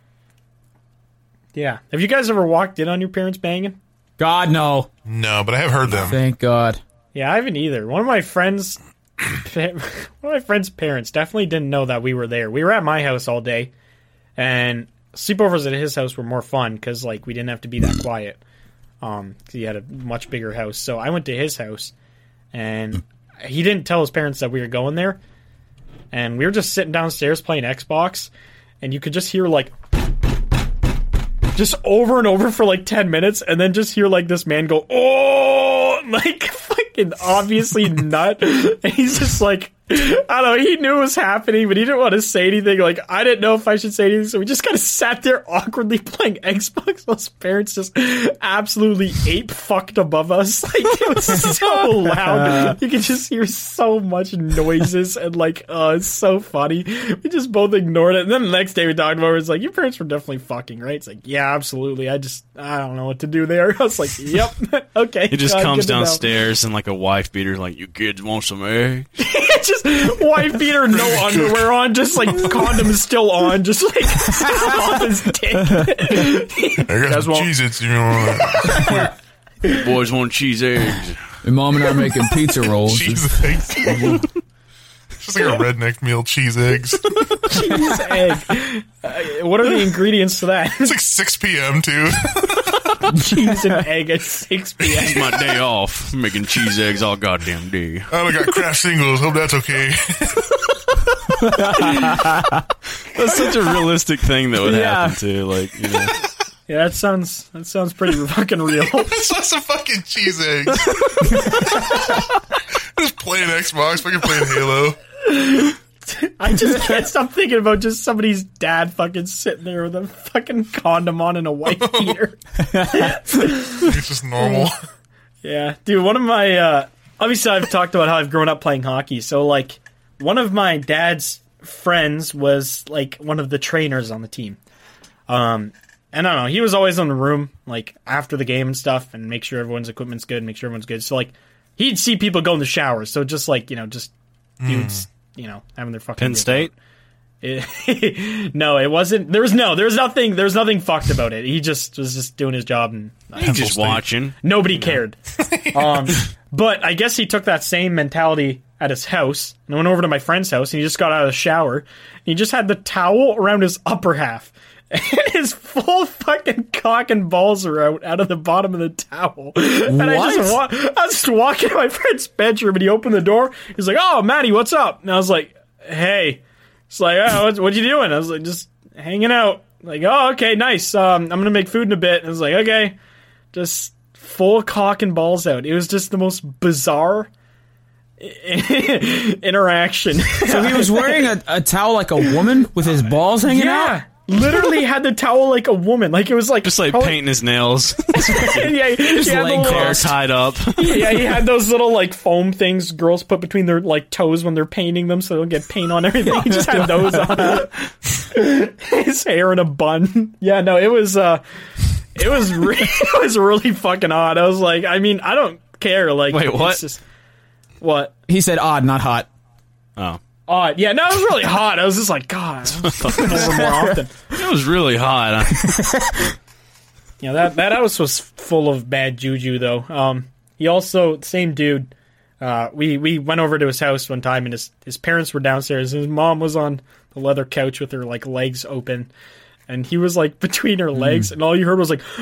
Speaker 5: Yeah. Have you guys ever walked in on your parents banging?
Speaker 4: God no.
Speaker 1: No, but I have heard them.
Speaker 4: Thank God.
Speaker 5: Yeah, I haven't either. One of my friends, one of my friends' parents definitely didn't know that we were there. We were at my house all day, and sleepovers at his house were more fun because like we didn't have to be that quiet. Um, 'cause he had a much bigger house, so I went to his house, and he didn't tell his parents that we were going there, and we were just sitting downstairs playing Xbox, and you could just hear like. Just over and over for like ten minutes, and then just hear like this man go, "Oh!" like fucking obviously nut. And he's just like, I don't know. He knew it was happening, but he didn't want to say anything. Like I didn't know if I should say anything, so we just kind of sat there awkwardly playing Xbox. While his parents just absolutely ape fucked above us. Like it was so loud, you could just hear so much noises, and like, uh, it's so funny. We just both ignored it, and then the next day we talked about it. It's like your parents were definitely fucking, right? It's like, yeah, absolutely. I just I don't know what to do there. I was like, yep, okay.
Speaker 2: He just
Speaker 5: God,
Speaker 2: comes
Speaker 5: good to know.
Speaker 2: downstairs and like a wife beater, like you kids want some eggs.
Speaker 5: just white beater, no underwear on, just like condoms still on, just like off his dick.
Speaker 1: I got some Cheez-Its, you know.
Speaker 2: Boys want cheese eggs.
Speaker 4: Your mom and I are making pizza rolls.
Speaker 1: Cheez-Its. Just like a redneck meal, cheese eggs. It's
Speaker 5: Cheese egg. Uh, what are the ingredients to that?
Speaker 1: like 6 p.m. too.
Speaker 5: Cheese and egg at 6 p.m.
Speaker 6: It's my day off, making cheese eggs all goddamn day.
Speaker 1: Oh, I got craft singles. Hope that's okay.
Speaker 2: That's such a realistic thing that would
Speaker 5: Yeah.
Speaker 2: happen too. Like, you know,
Speaker 5: Yeah, that sounds that sounds pretty fucking real.
Speaker 1: It's lots of fucking cheese eggs. Just playing Xbox, fucking playing Halo.
Speaker 5: I just can't stop thinking about just somebody's dad fucking sitting there with a fucking condom on and a white beater.
Speaker 1: It's just normal.
Speaker 5: Yeah, dude, one of my uh, obviously I've talked about how I've grown up playing hockey. So like one of my dad's friends was like one of the trainers on the team. Um and I don't know, he was always in the room like after the game and stuff and make sure everyone's equipment's good, make sure everyone's good. So like he'd see people go in the showers. So just like, you know, just dudes, you know, having their fucking
Speaker 2: Hmm. Penn
Speaker 5: good-
Speaker 2: State.
Speaker 5: It- no, it wasn't. There was no, there was nothing, there was nothing fucked about it. He just was just doing his job and uh,
Speaker 6: He's just watching.
Speaker 5: Nobody cared. um, but I guess he took that same mentality at his house and went over to my friend's house and he just got out of the shower. And he just had the towel around his upper half. And his full fucking cock and balls are out out of the bottom of the towel. And I just wa- I was just walking to my friend's bedroom and he opened the door. He's like, Oh Maddie, what's up? And I was like, Hey. It's like, oh, what, what you doing? I was like, just hanging out. Like, oh, okay, nice. Um, I'm gonna make food in a bit. And I was like, okay, just full cock and balls out. It was just the most bizarre interaction.
Speaker 4: So he was wearing a, a towel like a woman with his balls hanging out.
Speaker 5: yeah, literally had the towel like a woman. Like it was like
Speaker 2: Just like
Speaker 5: probably-
Speaker 2: painting his nails,
Speaker 5: yeah, he- he had the
Speaker 4: laying
Speaker 5: little-
Speaker 4: there.
Speaker 2: all tied up.
Speaker 5: yeah, he had those little like foam things girls put between their like toes when they're painting them so they don't get paint on everything. He just had those on. His hair in a bun. Yeah, no, it was uh it was re- it was really fucking odd. I was like, I mean, I don't care like
Speaker 2: Wait,
Speaker 5: it's
Speaker 2: what?
Speaker 5: just- what?
Speaker 4: He said odd, not hot.
Speaker 2: Oh,
Speaker 5: Odd. Yeah, no, it was really hot. I was just like, god, I was fucking over more often.
Speaker 2: it was really hot.
Speaker 5: Yeah, that that house was full of bad juju though. Um, he also same dude. Uh, we we went over to his house one time and his his parents were downstairs. and His mom was on the leather couch with her like legs open, and he was like between her legs, and all you heard was like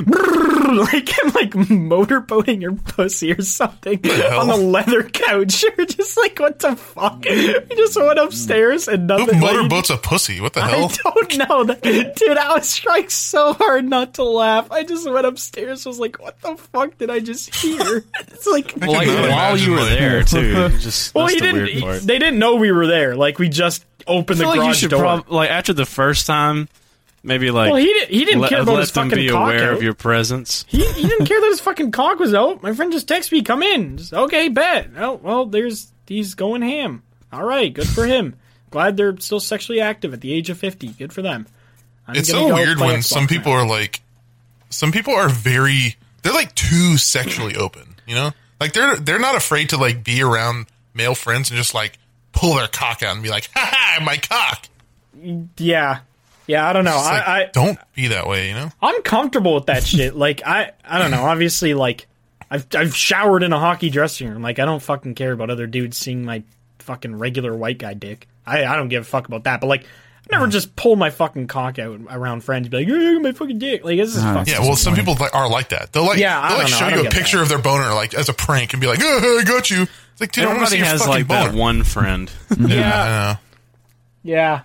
Speaker 5: like him like motorboating her pussy or something on the leather couch. You're just like, what the fuck? We just went upstairs and
Speaker 1: Who
Speaker 5: nothing. like,
Speaker 1: motorboats a pussy? What the hell?
Speaker 5: I don't know. That, dude, I was trying so hard not to laugh. I just went upstairs was like, what the fuck did I just hear? it's like,
Speaker 1: I
Speaker 2: Like
Speaker 1: cannot
Speaker 2: while
Speaker 1: imagine
Speaker 2: you were
Speaker 1: my-
Speaker 2: there too. Just
Speaker 5: well,
Speaker 2: that's
Speaker 5: he
Speaker 2: the
Speaker 5: didn't,
Speaker 2: weird part.
Speaker 5: they didn't know we were there. Like, we just opened
Speaker 2: I feel like
Speaker 5: the
Speaker 2: you
Speaker 5: garage
Speaker 2: should
Speaker 5: door.
Speaker 2: probably like after the first time, maybe like
Speaker 5: well, he, did, he didn't
Speaker 2: let,
Speaker 5: care about
Speaker 2: let
Speaker 5: his
Speaker 2: them
Speaker 5: fucking
Speaker 2: be
Speaker 5: cock
Speaker 2: aware
Speaker 5: out.
Speaker 2: of your presence.
Speaker 5: he, he didn't care that his fucking cock was out. My friend just texted me, come in. Just, okay, bet. Oh, well, there's, he's going ham. All right, good for him. Glad they're still sexually active at the age of 50. Good for them. I'm
Speaker 1: It's
Speaker 5: gonna
Speaker 1: so
Speaker 5: go
Speaker 1: weird
Speaker 5: play
Speaker 1: when
Speaker 5: Xbox
Speaker 1: some
Speaker 5: now.
Speaker 1: people are like, some people are very, they're like too sexually open, you know? Like they're they're not afraid to like be around male friends and just like pull their cock out and be like, ha ha, my cock.
Speaker 5: Yeah. Yeah, I don't know.
Speaker 1: It's like,
Speaker 5: I, I
Speaker 1: don't be that way, you know?
Speaker 5: I'm comfortable with that shit. Like I I don't know. Obviously, like I've I've showered in a hockey dressing room. Like I don't fucking care about other dudes seeing my fucking regular white guy dick. I I don't give a fuck about that. But like. I Never just pull my fucking cock out around friends, and be like, "Hey, look at my fucking dick." Like this is fucking.
Speaker 1: Yeah, well, some people like, are like that. They'll like,
Speaker 5: Yeah, I
Speaker 1: they'll like
Speaker 5: don't know.
Speaker 1: show
Speaker 5: I
Speaker 1: you
Speaker 5: don't
Speaker 1: a
Speaker 5: get
Speaker 1: picture
Speaker 5: that.
Speaker 1: of their boner, like as a prank, and be like, "Oh, I got you." It's like, dude, I want to
Speaker 2: Everybody
Speaker 1: see your
Speaker 2: has
Speaker 1: fucking
Speaker 2: like
Speaker 1: boner.
Speaker 2: that one friend.
Speaker 1: yeah,
Speaker 5: yeah. Yeah,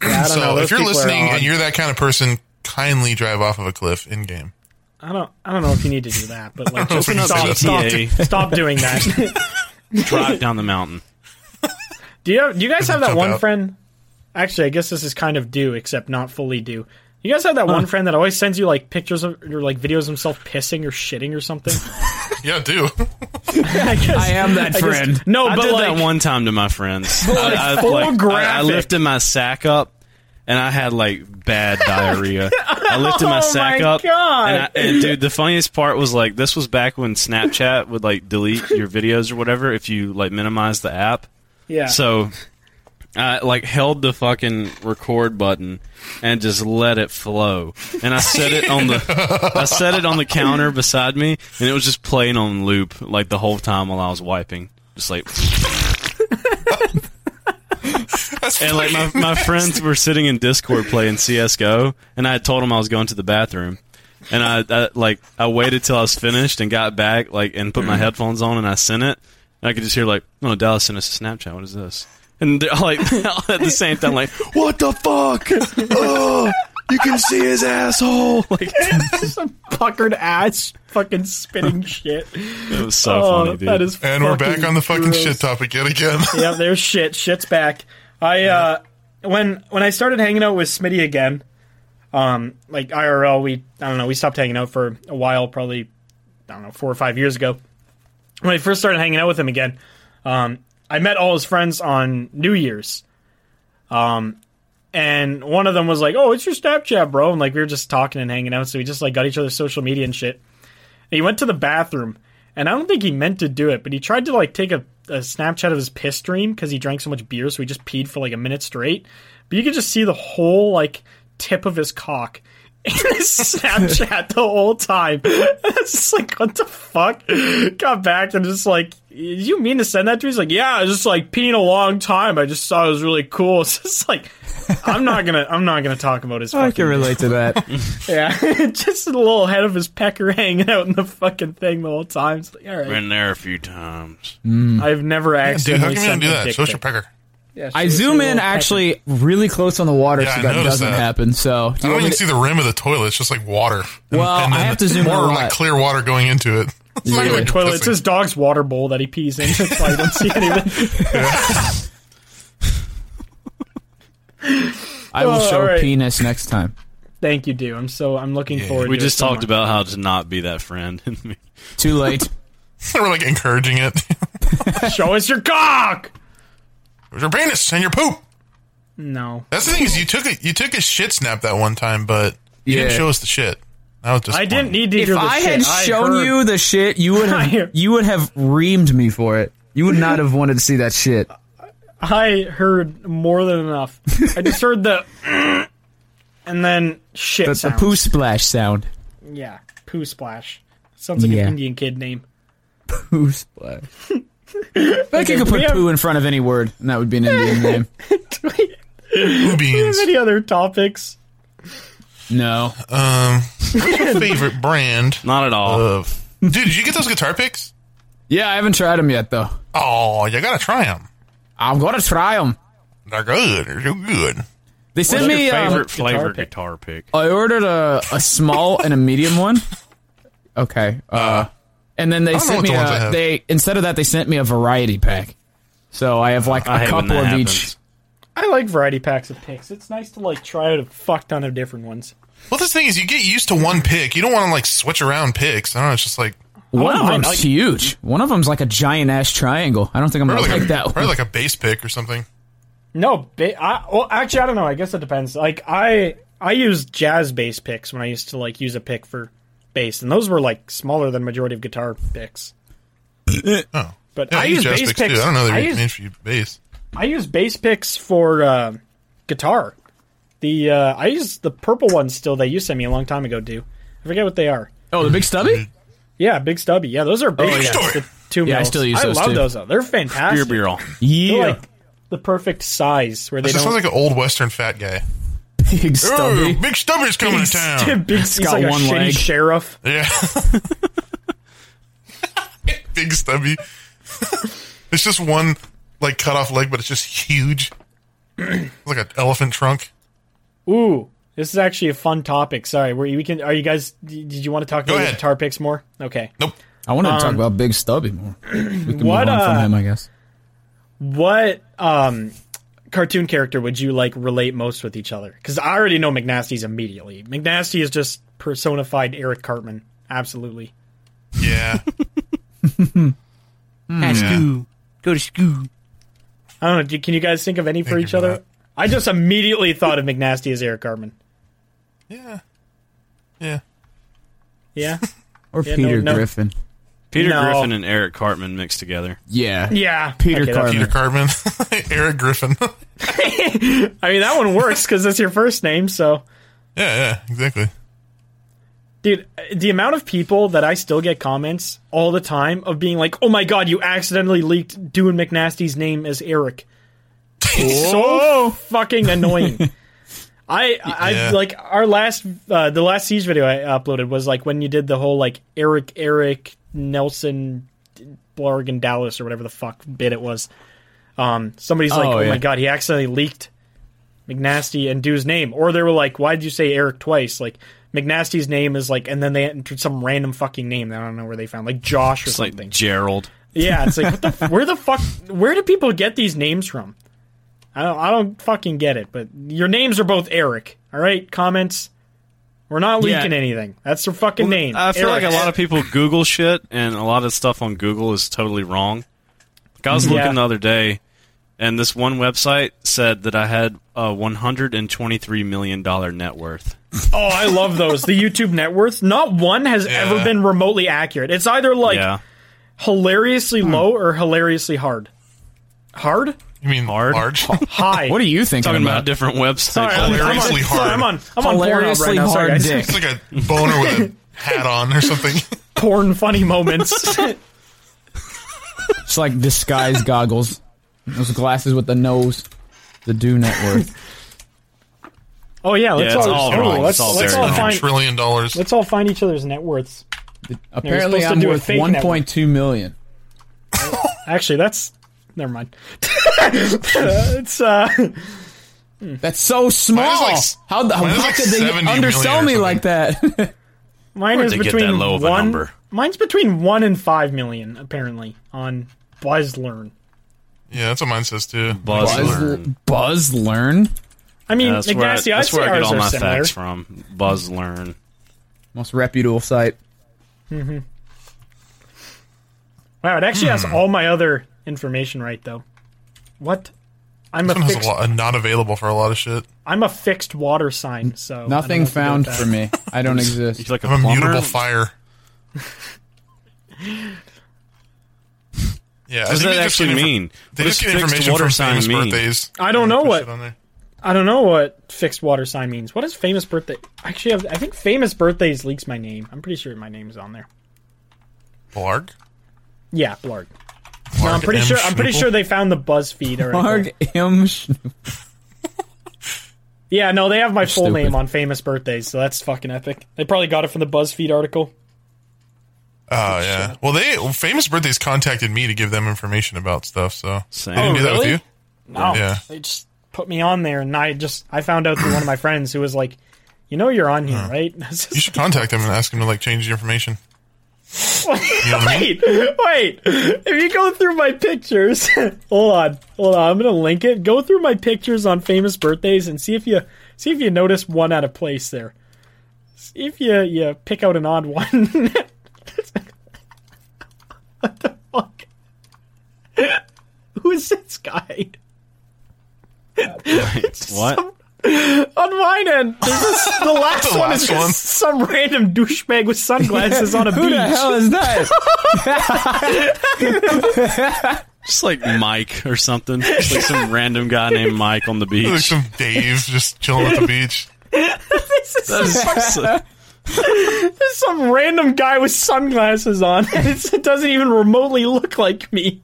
Speaker 5: I don't
Speaker 1: I know.
Speaker 5: know.
Speaker 1: So
Speaker 5: Those
Speaker 1: if you're
Speaker 5: people are
Speaker 1: listening
Speaker 5: odd.
Speaker 1: and you're that kind of person, kindly drive off of a cliff in game.
Speaker 5: I don't, I don't know if you need to do that, but like, just
Speaker 1: if you
Speaker 5: stop,
Speaker 1: need to
Speaker 5: stop,
Speaker 2: do
Speaker 5: stop doing that.
Speaker 2: Drive down the mountain.
Speaker 5: Do you have, do you guys have that
Speaker 1: Jump
Speaker 5: one
Speaker 1: out.
Speaker 5: friend? Actually, I guess this is kind of due, except not fully due. You guys have that one friend that always sends you like pictures of or like videos of himself pissing or shitting or something.
Speaker 1: Yeah, do.
Speaker 5: I, guess,
Speaker 4: I am that
Speaker 5: I guess-
Speaker 4: friend.
Speaker 5: no,
Speaker 2: I
Speaker 5: but
Speaker 2: did
Speaker 5: like
Speaker 2: that one time to my friends. I, I,
Speaker 5: full
Speaker 2: like, I, I
Speaker 5: graphic.
Speaker 2: lifted my sack up, and I had like bad diarrhea. I lifted my
Speaker 5: Oh
Speaker 2: sack
Speaker 5: my
Speaker 2: up,
Speaker 5: God.
Speaker 2: and, I, and dude, the funniest part was like this was back when Snapchat would like delete your videos or whatever if you like minimize the app.
Speaker 5: yeah.
Speaker 2: So I like held the fucking record button and just let it flow. And I set it on the I set it on the counter beside me and it was just playing on loop like the whole time while I was wiping. Just like
Speaker 1: That's
Speaker 2: and like my,
Speaker 1: fucking
Speaker 2: my
Speaker 1: nasty.
Speaker 2: friends were sitting in discord playing csgo and i had told them i was going to the bathroom and I, I like i waited till i was finished and got back like and put my headphones on and i sent it and i could just hear like no dallas sent us a snapchat what is this and they're all, like all at the same time like what the fuck oh you can see his asshole like
Speaker 5: Some puckered ass, fucking spitting shit.
Speaker 2: it was so
Speaker 5: oh,
Speaker 2: funny dude
Speaker 5: that is.
Speaker 1: And we're back on the fucking
Speaker 5: gross.
Speaker 1: shit topic yet again.
Speaker 5: yeah, there's shit. Shit's back. I uh when when I started hanging out with Smitty again, um, like IRL, we I don't know, we stopped hanging out for a while, probably I don't know, four or five years ago. When I first started hanging out with him again, um, I met all his friends on New Year's. Um and one of them was like, "Oh, it's your Snapchat, bro." And like we were just talking and hanging out, so we just like got each other's social media and shit. And he went to the bathroom, and I don't think he meant to do it, but he tried to like take a, a Snapchat of his piss stream because he drank so much beer, so he just peed for like a minute straight. But you could just see the whole like tip of his cock in his Snapchat the whole time. it's just like, what the fuck? Got back and just like, did you mean to send that to me? He's like, yeah, I was just like peeing a long time. I just saw it was really cool. It's just like, I'm not gonna, I'm not gonna talk about his.
Speaker 4: I
Speaker 5: fucking
Speaker 4: can relate to that.
Speaker 5: yeah, just the little head of his pecker hanging out in the fucking thing the whole time. It's like, all right.
Speaker 6: Been there a few times.
Speaker 5: I've never
Speaker 1: Dude, how
Speaker 5: accidentally
Speaker 1: come you don't
Speaker 5: sent
Speaker 1: do
Speaker 5: a
Speaker 1: that?
Speaker 5: dick
Speaker 1: Social
Speaker 5: pic.
Speaker 1: pecker.
Speaker 4: I zoom in actually really close on the water
Speaker 1: Yeah,
Speaker 4: so
Speaker 1: I
Speaker 4: that
Speaker 1: noticed
Speaker 4: doesn't
Speaker 1: that.
Speaker 4: happen. So do
Speaker 1: I
Speaker 4: you
Speaker 1: don't
Speaker 4: want me
Speaker 1: even
Speaker 4: to-
Speaker 1: see the rim of the toilet. It's just like water. And,
Speaker 4: Well, I
Speaker 1: then
Speaker 4: have to zoom in a
Speaker 1: more
Speaker 4: lot.
Speaker 1: like clear water going into it. It's not
Speaker 4: Yeah.
Speaker 1: even
Speaker 5: toilet. It's
Speaker 1: pissing.
Speaker 5: his dog's water bowl that he pees in. That's why I don't see anything.
Speaker 4: I will
Speaker 5: Oh,
Speaker 4: show
Speaker 5: alright.
Speaker 4: penis next time.
Speaker 5: Thank you, dude. I'm so I'm looking forward.
Speaker 2: we
Speaker 5: to
Speaker 2: just
Speaker 5: it so
Speaker 2: talked
Speaker 5: much.
Speaker 2: about how to not be that friend
Speaker 4: Too late.
Speaker 1: We're like encouraging it.
Speaker 5: Show us your cock.
Speaker 1: Where's your penis and your poop?
Speaker 5: No,
Speaker 1: That's the thing is you took a, you took a shit snap that one time, but you didn't
Speaker 4: Yeah.
Speaker 1: show us the shit. That was just
Speaker 5: I didn't need to
Speaker 4: if
Speaker 5: hear the
Speaker 4: I
Speaker 5: shit.
Speaker 4: had shown
Speaker 5: heard-
Speaker 4: you the shit, you would
Speaker 5: I heard-
Speaker 4: have you would have reamed me for it. You would not have wanted to see that shit.
Speaker 5: I heard more than enough. I just heard the and then shit.
Speaker 4: That's the
Speaker 5: sounds.
Speaker 4: poo splash sound.
Speaker 5: Yeah, poo splash. Sounds like
Speaker 4: Yeah.
Speaker 5: an Indian kid name.
Speaker 4: Poo splash. I think you could
Speaker 5: we
Speaker 4: put
Speaker 5: have-
Speaker 4: poo in front of any word, and that would be an Indian name.
Speaker 1: blue beans.
Speaker 5: Any other topics?
Speaker 4: No.
Speaker 1: Um, what's your favorite brand
Speaker 2: not at all
Speaker 1: of? Dude, did you get those guitar picks?
Speaker 4: Yeah, I haven't tried them yet, though.
Speaker 1: Oh, you gotta try them.
Speaker 4: I'm gonna try them.
Speaker 1: They're good. They're so good.
Speaker 4: They sent me. um,
Speaker 2: favorite flavor
Speaker 5: pick.
Speaker 2: guitar pick
Speaker 4: I ordered a, a small and a medium one. Okay. Uh, and then they
Speaker 1: don't know
Speaker 4: sent
Speaker 1: what
Speaker 4: me
Speaker 1: the ones I
Speaker 4: a,
Speaker 1: have.
Speaker 4: they instead of that they sent me a variety pack. So I have like a
Speaker 2: I hate when
Speaker 4: couple of
Speaker 2: that
Speaker 4: each.
Speaker 2: happens.
Speaker 5: I like variety packs of picks. It's nice to like try out a fuck ton of different ones.
Speaker 1: Well, this thing is you get used to one pick. You don't want to like switch around picks. I don't know. It's just like
Speaker 4: One
Speaker 5: don't
Speaker 4: of
Speaker 5: mind,
Speaker 4: them's
Speaker 5: like-
Speaker 4: huge. One of them's like a giant ass triangle. I don't think I'm gonna
Speaker 1: probably like,
Speaker 4: like
Speaker 1: a,
Speaker 4: that
Speaker 1: probably
Speaker 4: one.
Speaker 1: like a base pick or something.
Speaker 5: No, ba- I, well, actually, I don't know. I guess it depends. Like I, I used jazz bass picks when I used to like use a pick for bass, and those were like smaller than majority of guitar picks.
Speaker 1: Oh,
Speaker 5: But
Speaker 1: yeah,
Speaker 5: I
Speaker 1: use
Speaker 5: use
Speaker 1: jazz
Speaker 5: bass
Speaker 1: picks,
Speaker 5: picks.
Speaker 1: too. I don't know
Speaker 5: I
Speaker 1: they're
Speaker 5: use-
Speaker 1: made for you bass.
Speaker 5: I use bass picks for uh, guitar. The uh, I use the purple ones still that you sent me a long time ago. Do I forget what they are?
Speaker 4: oh, the big stubby?
Speaker 5: Yeah, big stubby. Yeah, those are bass
Speaker 1: Oh, yeah.
Speaker 5: picks. The two
Speaker 4: Yeah, I
Speaker 5: mils.
Speaker 4: still use
Speaker 5: I
Speaker 4: those,
Speaker 5: love
Speaker 4: too.
Speaker 5: those though. They're
Speaker 2: beer
Speaker 5: fantastic.
Speaker 2: barrel
Speaker 4: Yeah.
Speaker 5: They're like the perfect size where they
Speaker 1: This
Speaker 5: don't.
Speaker 1: sounds like an old western fat guy.
Speaker 4: big
Speaker 1: Oh,
Speaker 4: stubby.
Speaker 1: big stubby's coming to town.
Speaker 5: big, he's
Speaker 4: got
Speaker 5: like
Speaker 4: one
Speaker 5: a shitty
Speaker 4: leg.
Speaker 5: sheriff.
Speaker 1: Yeah. Big stubby. it's just one like cut off leg, but it's just huge. It's like an elephant trunk.
Speaker 5: Ooh, this is actually a fun topic. Sorry, were you, we can? Are you guys? d- Did you want to talk
Speaker 1: Go
Speaker 5: about
Speaker 1: ahead.
Speaker 5: guitar picks more? Okay.
Speaker 1: Nope.
Speaker 4: I wanted to talk about big stubby more. We can
Speaker 5: Um, what,
Speaker 4: move on from
Speaker 5: uh,
Speaker 4: him, I guess.
Speaker 5: What um, cartoon character would you like relate most with each other? Because I already know McNasty's immediately. McNasty is just personified Eric Cartman. Absolutely.
Speaker 1: Yeah.
Speaker 6: Go to school.
Speaker 5: I don't know. do- Can you guys think of any for
Speaker 1: Thank you
Speaker 5: each
Speaker 1: for
Speaker 5: other?
Speaker 1: that.
Speaker 5: I just immediately thought of McNasty as Eric Cartman.
Speaker 1: yeah. Yeah.
Speaker 5: Yeah.
Speaker 4: Or
Speaker 5: yeah, no,
Speaker 4: Peter
Speaker 5: no.
Speaker 4: Griffin.
Speaker 2: Peter
Speaker 5: No.
Speaker 2: Griffin and Eric Cartman mixed together.
Speaker 4: Yeah.
Speaker 5: Yeah.
Speaker 4: Peter
Speaker 5: Okay, that's-
Speaker 4: Cartman.
Speaker 1: Peter Cartman. Eric Griffin. yeah,
Speaker 5: I mean, that one works because that's your first name. So,
Speaker 1: yeah, exactly.
Speaker 5: dude, the amount of people that I still get comments all the time of being like, "Oh my god, you accidentally leaked Dune McNasty's name as Eric." so fucking annoying. I, I
Speaker 1: Yeah.
Speaker 5: like our last uh, the last siege video I uploaded was like when you did the whole like Eric Eric Nelson Blargan Dallas or whatever the fuck bit it was. Um, somebody's like,
Speaker 4: Oh,
Speaker 5: oh
Speaker 4: yeah.
Speaker 5: my god, he accidentally leaked McNasty and Dude's name, or they were like, why did you say Eric twice? Like McNasty's name is like, and then they entered some random fucking name that I don't know where they found, like Josh or
Speaker 2: It's
Speaker 5: something.
Speaker 2: like Gerald.
Speaker 5: Yeah, it's like what the, where the fuck where do people get these names from? I don't I don't fucking get it, but your names are both Eric. All right, comments. We're not
Speaker 4: Yeah.
Speaker 5: leaking anything. That's your fucking name.
Speaker 2: I feel
Speaker 5: Eric.
Speaker 2: like a lot of people Google shit, and a lot of stuff on Google is totally wrong. Like I was
Speaker 5: Yeah.
Speaker 2: looking the other day, and this one website said that I had a 123 million dollar net worth.
Speaker 5: Oh, I love those. The YouTube net worth. Not one has ever been remotely accurate. It's either like
Speaker 2: yeah,
Speaker 5: hilariously Hmm. low or hilariously hard. Hard?
Speaker 1: You mean
Speaker 2: Hard?
Speaker 1: large?
Speaker 5: High.
Speaker 4: What are you thinking
Speaker 2: talking about a
Speaker 4: about?
Speaker 2: different website.
Speaker 5: Sorry, I'm, I'm on,
Speaker 1: Hilariously hard.
Speaker 5: I'm on. I'm on Pornhub
Speaker 4: Hilariously
Speaker 5: right now. Sorry,
Speaker 4: hard
Speaker 5: guys.
Speaker 4: dick.
Speaker 1: It's like a boner with a hat on or something.
Speaker 5: Porn funny moments.
Speaker 4: It's like disguise goggles. Those glasses with the nose. The do net worth.
Speaker 5: oh yeah, let's
Speaker 2: Yeah, it's
Speaker 5: all,
Speaker 2: all
Speaker 5: oh,
Speaker 2: wrong.
Speaker 5: Let's,
Speaker 2: It's all
Speaker 5: let's
Speaker 2: very
Speaker 5: all
Speaker 2: wrong.
Speaker 5: find
Speaker 1: Trillion dollars.
Speaker 5: Let's all find each other's net worths.
Speaker 4: Apparently, I'm
Speaker 5: supposed to do a
Speaker 4: worth
Speaker 5: fake net worth.
Speaker 4: 1.2 million.
Speaker 5: Actually, that's never mind. it's uh,
Speaker 4: That's so small.
Speaker 1: Mine is like s-
Speaker 4: how the, how
Speaker 1: mine is like
Speaker 4: could they
Speaker 1: 70
Speaker 4: undersell me
Speaker 1: million or
Speaker 4: like that?
Speaker 5: mine
Speaker 2: Where'd
Speaker 5: is
Speaker 2: they get
Speaker 5: between
Speaker 2: that low of a
Speaker 5: one.
Speaker 2: number?
Speaker 5: Mine's between one and five million apparently on BuzzLearn.
Speaker 1: Yeah, that's what mine says too.
Speaker 2: Buzz
Speaker 4: Buzz,
Speaker 2: Learn.
Speaker 4: Buzz learn.
Speaker 5: I mean,
Speaker 2: Yeah, that's where I,
Speaker 5: McNasty, I'd
Speaker 2: that's
Speaker 5: say
Speaker 2: where I get
Speaker 5: ours
Speaker 2: all
Speaker 5: are
Speaker 2: my
Speaker 5: similar.
Speaker 2: facts from. Buzz Learn.
Speaker 4: Most reputable
Speaker 5: Oh,
Speaker 4: site.
Speaker 5: Wow, it actually
Speaker 2: Hmm.
Speaker 5: has all my other information right though. What? I'm a
Speaker 1: This one has
Speaker 5: fixed.
Speaker 1: a lot, not available for a lot of shit.
Speaker 5: I'm a fixed water sign, so I don't know
Speaker 4: Nothing
Speaker 5: what to do
Speaker 4: found
Speaker 5: with
Speaker 4: for
Speaker 5: that.
Speaker 4: me. I don't exist.
Speaker 2: He's like a
Speaker 1: I'm a
Speaker 2: plumber.
Speaker 1: mutable fire. Yeah, I
Speaker 2: What does
Speaker 1: think
Speaker 2: that
Speaker 1: they just get
Speaker 2: actually
Speaker 1: infor-
Speaker 2: mean?
Speaker 1: They
Speaker 2: What
Speaker 1: just
Speaker 2: does
Speaker 1: get
Speaker 2: fixed
Speaker 1: information
Speaker 2: water
Speaker 1: from
Speaker 2: sign
Speaker 1: famous
Speaker 2: mean?
Speaker 1: birthdays.
Speaker 5: I don't
Speaker 1: They
Speaker 5: know
Speaker 1: push
Speaker 5: what-
Speaker 1: it on there.
Speaker 5: I don't know what fixed water sign means. What is famous birthday? Actually, I've- I think famous birthdays leaks my name. I'm pretty sure my name is on there.
Speaker 1: Blarg.
Speaker 5: Yeah, Blarg.
Speaker 1: Blarg
Speaker 5: I'm pretty
Speaker 1: M.
Speaker 5: sure. I'm pretty
Speaker 1: Schnoopel?
Speaker 5: sure they found the BuzzFeed article.
Speaker 4: Marg M. Schnoop.
Speaker 5: Yeah, no, they have my full
Speaker 4: stupid.
Speaker 5: name on famous birthdays, so that's fucking epic. They probably got it from the BuzzFeed article.
Speaker 1: Oh yeah. Well, they famous birthdays contacted me to give them information about stuff. So
Speaker 2: Same.
Speaker 1: They didn't
Speaker 2: Oh,
Speaker 1: do that with
Speaker 5: really?
Speaker 1: you?
Speaker 5: No,
Speaker 1: Yeah.
Speaker 5: they just put me on there, and I just I found out through one of my friends who was like, "You know, you're on here, right?" And I was
Speaker 1: You
Speaker 5: just
Speaker 1: should contact them and ask them to like change your information.
Speaker 5: wait, wait. If you go through my pictures, hold on, hold on. I'm gonna link it. Go through my pictures on famous birthdays and see if you see if you notice one out of place there. See if you you pick out an odd one. what the fuck? Who is this guy?
Speaker 2: What?
Speaker 5: On mine end, there's this, the last
Speaker 1: The
Speaker 5: one
Speaker 1: last
Speaker 5: is
Speaker 1: one.
Speaker 5: just some random douchebag with sunglasses on a
Speaker 4: Who
Speaker 5: beach.
Speaker 4: the hell is that?
Speaker 2: Just like Mike or something. Just like some random guy named Mike on the
Speaker 1: Like
Speaker 2: beach.
Speaker 1: some Dave just chilling at the beach.
Speaker 2: That's-
Speaker 5: some random guy with sunglasses on. and It's, it doesn't even remotely look like me.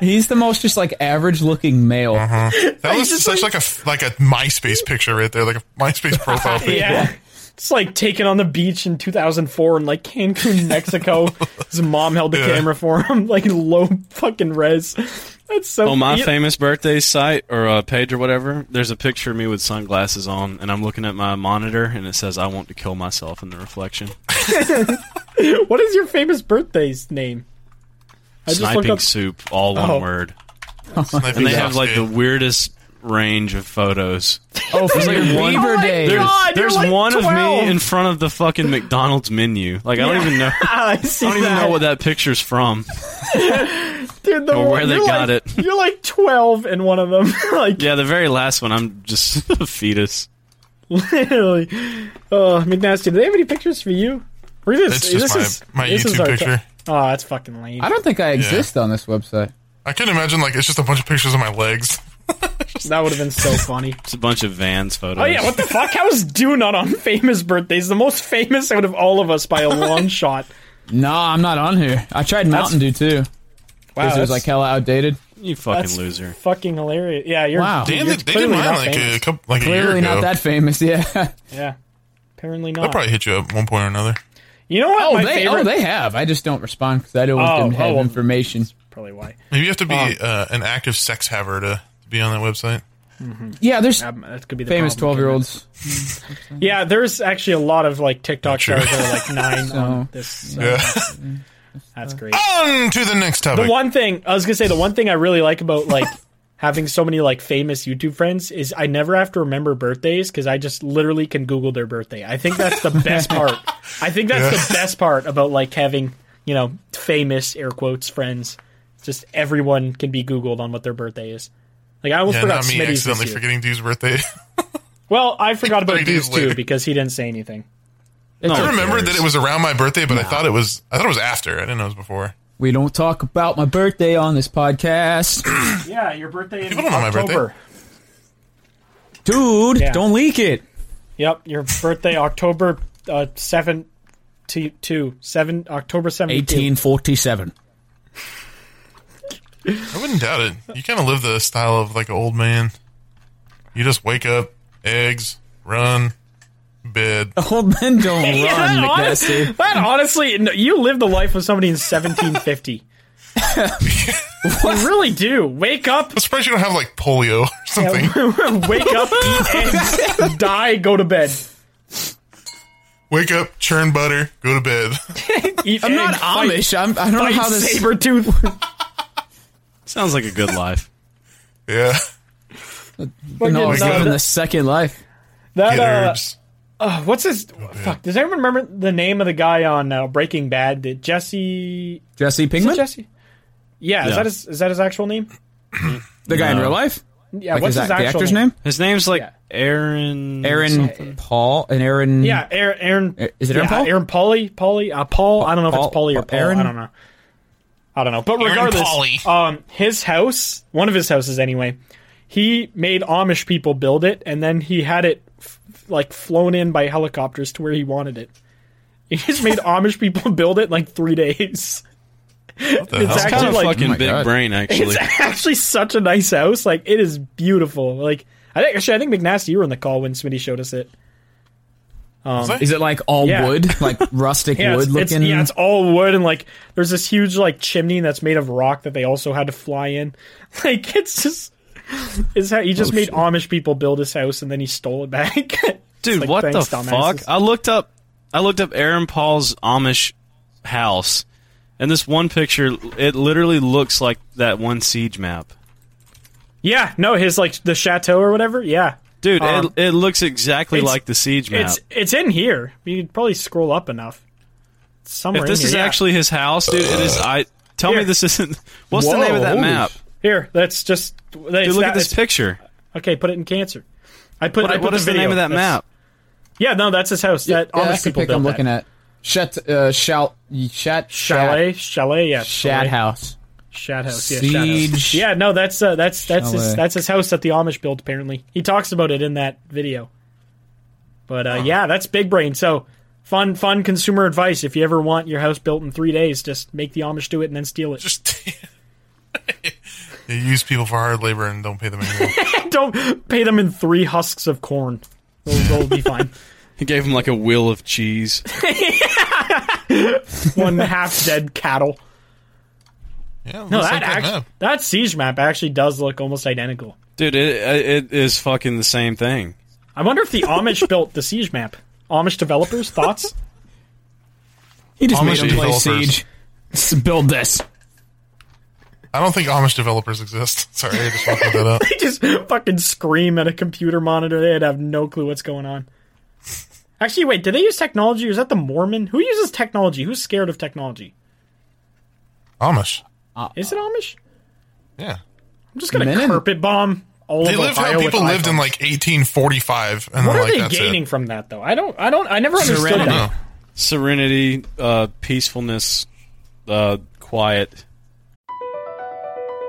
Speaker 4: He's the most just like average looking male.
Speaker 1: That was such like, a f- like a MySpace picture right there, like a MySpace profile picture.
Speaker 5: Yeah. It's like taken on the beach in 2004 in like Cancun, Mexico. His mom held the
Speaker 1: Yeah.
Speaker 5: camera for him, like in low fucking res. That's so.
Speaker 2: on Oh, my
Speaker 5: you-
Speaker 2: famous birthday site or uh, page or whatever, there's a picture of me with sunglasses on, and I'm looking at my monitor, and it says, "I want to kill myself" in the reflection.
Speaker 5: What is your famous birthday's name? I just looked
Speaker 2: Sniping
Speaker 5: up.
Speaker 2: soup, all one
Speaker 5: Oh.
Speaker 2: word,
Speaker 1: Sniping
Speaker 2: and they
Speaker 1: dogs,
Speaker 2: have like the
Speaker 1: dude.
Speaker 2: weirdest range of photos.
Speaker 4: Oh, for your
Speaker 2: one-
Speaker 4: Bieber
Speaker 5: my
Speaker 4: days.
Speaker 2: There's,
Speaker 5: God, you're
Speaker 2: there's
Speaker 5: like
Speaker 2: one of
Speaker 5: 12.
Speaker 2: me in front of the fucking McDonald's menu. Like I don't even know. I
Speaker 5: Ah, I see
Speaker 2: don't even know what that picture's from.
Speaker 5: Dude, the
Speaker 2: or
Speaker 5: one-
Speaker 2: where they
Speaker 5: you're
Speaker 2: got
Speaker 5: like-
Speaker 2: it.
Speaker 5: You're like 12 in one of them. like
Speaker 2: Yeah, the very last one, I'm just a fetus.
Speaker 5: literally. Oh, McNasty, do they have any pictures for you? Or is this,
Speaker 1: It's just
Speaker 5: this
Speaker 1: my-
Speaker 5: is,
Speaker 1: my
Speaker 5: this is
Speaker 1: YouTube
Speaker 5: our-
Speaker 1: picture.
Speaker 5: oh, that's fucking lame.
Speaker 4: I don't think I exist on this website.
Speaker 1: I couldn't imagine like it's just a bunch of pictures of my legs.
Speaker 5: That would have been so funny.
Speaker 2: It's a bunch of Vans photos.
Speaker 5: oh yeah, what the fuck? How is Dew not on famous birthdays? The most famous out of all of us by a long shot.
Speaker 4: No, I'm not on here. I tried Mountain Dew too. because it was
Speaker 5: that's-
Speaker 4: like hella outdated.
Speaker 2: You fucking
Speaker 5: That's
Speaker 2: loser.
Speaker 5: Fucking hilarious. Yeah, you're.
Speaker 4: Wow.
Speaker 5: dude,
Speaker 1: Damn,
Speaker 5: you're
Speaker 1: they, they did
Speaker 5: clearly
Speaker 1: mine
Speaker 5: not
Speaker 1: like a
Speaker 5: famous.
Speaker 1: couple, like a year
Speaker 4: Clearly
Speaker 1: ago.
Speaker 4: not that famous. Yeah.
Speaker 5: Yeah. Apparently
Speaker 1: They'll
Speaker 5: not.
Speaker 1: probably hit you up at one point or another.
Speaker 5: you know what?
Speaker 4: Oh,
Speaker 5: my
Speaker 4: they
Speaker 5: favorite.
Speaker 4: oh they have. I just don't respond because I always
Speaker 5: Oh,
Speaker 4: didn't
Speaker 5: oh,
Speaker 4: have
Speaker 5: well.
Speaker 4: information.
Speaker 5: Probably why.
Speaker 1: Maybe you have to be uh, an active sex haver to be on that website.
Speaker 4: Yeah, there's
Speaker 5: Um, that could be the
Speaker 4: famous twelve
Speaker 5: problem.
Speaker 4: year olds.
Speaker 5: Yeah, there's actually a lot of like TikTok
Speaker 1: True.
Speaker 5: stars that are like nine on
Speaker 4: So-
Speaker 5: this. so That's great.
Speaker 1: on to the next topic.
Speaker 5: The one thing I was gonna say, the one thing I really like about like having so many like famous YouTube friends is I never have to remember birthdays because I just literally can Google their birthday. I think that's the best part. I think that's the best part about like having you know famous air quotes friends. Just everyone can be Googled on what their birthday is. Like I almost
Speaker 1: yeah,
Speaker 5: forgot
Speaker 1: not me
Speaker 5: Smitty's
Speaker 1: accidentally
Speaker 5: this year.
Speaker 1: forgetting dude's birthday.
Speaker 5: Well, I forgot about
Speaker 1: Three days
Speaker 5: Deuce too
Speaker 1: later.
Speaker 5: because he didn't say anything. Oh,
Speaker 1: I remembered that
Speaker 2: cares?
Speaker 1: it was around my birthday, but I thought it was I thought it was after. I didn't know it was before.
Speaker 4: We don't talk about my birthday on this podcast,
Speaker 5: Yeah, your birthday in
Speaker 1: People don't know my birthday.
Speaker 5: October.
Speaker 4: dude.
Speaker 5: Yeah.
Speaker 4: Don't leak it.
Speaker 5: Yep, your birthday October uh, seven to two seven October seven
Speaker 4: Eighteen forty seven.
Speaker 1: I wouldn't doubt it. You kind of live the style of like an old man. You just wake up, eggs, run, bed.
Speaker 5: Oh.
Speaker 4: Old men don't run,
Speaker 5: honest-
Speaker 4: McNasty.
Speaker 5: That honestly, no, you live the life of somebody in 1750. you really do. Wake up,
Speaker 1: I'm surprised you don't have like polio or something.
Speaker 5: wake up, eat eggs, die, go to bed.
Speaker 1: Wake up, churn butter, go to bed.
Speaker 5: Eat
Speaker 4: I'm not
Speaker 5: eggs, fight-
Speaker 4: Amish. I'm, I don't know
Speaker 5: Fight
Speaker 4: how this.
Speaker 5: saber tooth.
Speaker 2: Sounds like a good life.
Speaker 1: yeah,
Speaker 4: No,
Speaker 5: Fucking-
Speaker 4: it's
Speaker 1: no,
Speaker 4: living
Speaker 1: that-
Speaker 4: the second life.
Speaker 5: That
Speaker 1: get
Speaker 5: uh,
Speaker 1: herbs.
Speaker 5: what's his? Fuck. Does anyone remember the name of the guy on uh, Breaking Bad? That Jesse?
Speaker 4: Jesse
Speaker 5: Is it
Speaker 4: Pinkman,
Speaker 5: Jesse? Yeah, Is
Speaker 2: Yeah.
Speaker 5: that his? Is that his actual name?
Speaker 4: the guy in real life.
Speaker 5: Yeah.
Speaker 4: Like,
Speaker 5: Uh, what's
Speaker 4: is
Speaker 5: his
Speaker 4: that the
Speaker 5: actual
Speaker 4: actor's name?
Speaker 2: His name's like
Speaker 5: Yeah.
Speaker 2: Aaron.
Speaker 4: Aaron Paul and Aaron.
Speaker 5: Yeah, Aaron. Aaron
Speaker 4: A- Uh, is it Aaron
Speaker 5: yeah,
Speaker 4: Paul?
Speaker 5: Aaron Pauly. Pauly. Uh, Paul. I don't know if it's
Speaker 4: Paul-
Speaker 5: Pauly or
Speaker 4: Paul-
Speaker 5: Paul.
Speaker 4: Aaron?
Speaker 5: I don't know. I don't know. But
Speaker 1: Aaron
Speaker 5: regardless,
Speaker 1: Pauly.
Speaker 5: um, his house, one of his houses anyway, he made Amish people build it, and then he had it f- like flown in by helicopters to where he wanted it. He just made Amish people build it in like three days.
Speaker 1: What the hell?
Speaker 5: It's
Speaker 2: Kind
Speaker 5: actually
Speaker 2: of
Speaker 5: like
Speaker 2: fucking
Speaker 4: Oh my
Speaker 2: big
Speaker 4: God.
Speaker 2: brain, actually.
Speaker 5: it's actually such a nice house. Like it is beautiful. Like I think actually I think McNasty you were on the call when Smitty showed us it. um,
Speaker 4: Is it like all
Speaker 5: Yeah.
Speaker 4: wood, like rustic
Speaker 5: Yeah,
Speaker 4: wood
Speaker 5: it's, it's-
Speaker 4: looking?
Speaker 5: yeah, it's all wood, and like there's this huge like chimney that's made of rock that they also had to fly in. Like it's just, it's how he just
Speaker 2: Oh,
Speaker 5: made Amish people build his house, and then he stole it back. It's
Speaker 2: Dude,
Speaker 5: like,
Speaker 2: what the
Speaker 5: thanks,
Speaker 2: fuck?
Speaker 5: dumbasses.
Speaker 2: I looked up I looked up Aaron Paul's Amish house and this one picture it literally looks like that one siege map.
Speaker 5: Yeah, no, his like the chateau or whatever. Yeah,
Speaker 2: Dude,
Speaker 5: Um,
Speaker 2: it, it looks exactly
Speaker 5: it's-
Speaker 2: like the siege map.
Speaker 5: it's it's in here. You could probably scroll up enough. It's Somewhere
Speaker 2: If this
Speaker 5: in here.
Speaker 2: is
Speaker 5: Yeah.
Speaker 2: actually his house, dude, it is I tell me
Speaker 5: Here.
Speaker 2: this isn't What's the name of that
Speaker 4: holy
Speaker 2: map?
Speaker 5: here, that's just
Speaker 2: Dude, look at this picture.
Speaker 5: Okay, put it in cancer. I put.
Speaker 2: What,
Speaker 5: I put
Speaker 2: what is the
Speaker 5: video.
Speaker 2: name of that
Speaker 5: That's-
Speaker 2: map?
Speaker 5: Yeah, no, that's his house. That
Speaker 4: Yeah,
Speaker 5: Amish
Speaker 4: that's the
Speaker 5: people
Speaker 4: pic
Speaker 5: built
Speaker 4: I'm
Speaker 5: that.
Speaker 4: looking at. Shet, uh, shalt, shat,
Speaker 5: Chalet, chalet, yeah,
Speaker 4: shat
Speaker 5: chalet.
Speaker 4: house.
Speaker 5: Shat house, yeah,
Speaker 4: Siege.
Speaker 5: Shat house. Yeah, no, that's uh, that's that's his
Speaker 4: Chalet.
Speaker 5: that's his house that the Amish built. Apparently, he talks about it in that video. But uh, yeah, that's big brain. So fun, fun consumer advice: if you ever want your house built in three days, just make the Amish do it and then steal it.
Speaker 1: Just you use people for hard labor and don't pay them anything.
Speaker 5: Don't pay them in three husks of corn; they'll, they'll be fine.
Speaker 2: He gave him like a wheel of cheese.
Speaker 5: One half dead cattle.
Speaker 1: Yeah,
Speaker 5: No, that act- that siege map actually does look almost identical.
Speaker 2: Dude, it, it is fucking the same thing.
Speaker 5: I wonder if the Amish built the siege map. Amish developers thoughts?
Speaker 4: He just
Speaker 1: Amish
Speaker 4: made him play
Speaker 1: developers.
Speaker 4: siege. S- Build this.
Speaker 1: I don't think Amish developers exist. Sorry, I just fucked that up.
Speaker 5: they just fucking scream at a computer monitor. They'd have no clue what's going on. Actually, wait, did they use technology? Or is that the Mormon? Who uses technology? Who's scared of technology?
Speaker 1: Amish.
Speaker 5: Is it Amish?
Speaker 1: Yeah.
Speaker 5: I'm just gonna
Speaker 4: Men.
Speaker 5: carpet bomb all
Speaker 1: They
Speaker 5: of
Speaker 1: lived
Speaker 5: Ohio
Speaker 1: how people
Speaker 5: with
Speaker 1: lived in
Speaker 5: iPhones.
Speaker 1: like 1845, and
Speaker 5: What
Speaker 1: then
Speaker 5: are
Speaker 1: like
Speaker 5: they
Speaker 1: that's
Speaker 5: gaining
Speaker 1: it.
Speaker 5: from that though? I don't. I don't. I never understood
Speaker 1: I
Speaker 2: Serenity.
Speaker 1: don't
Speaker 5: that.
Speaker 1: know.
Speaker 2: serenity, uh, peacefulness, uh, quiet.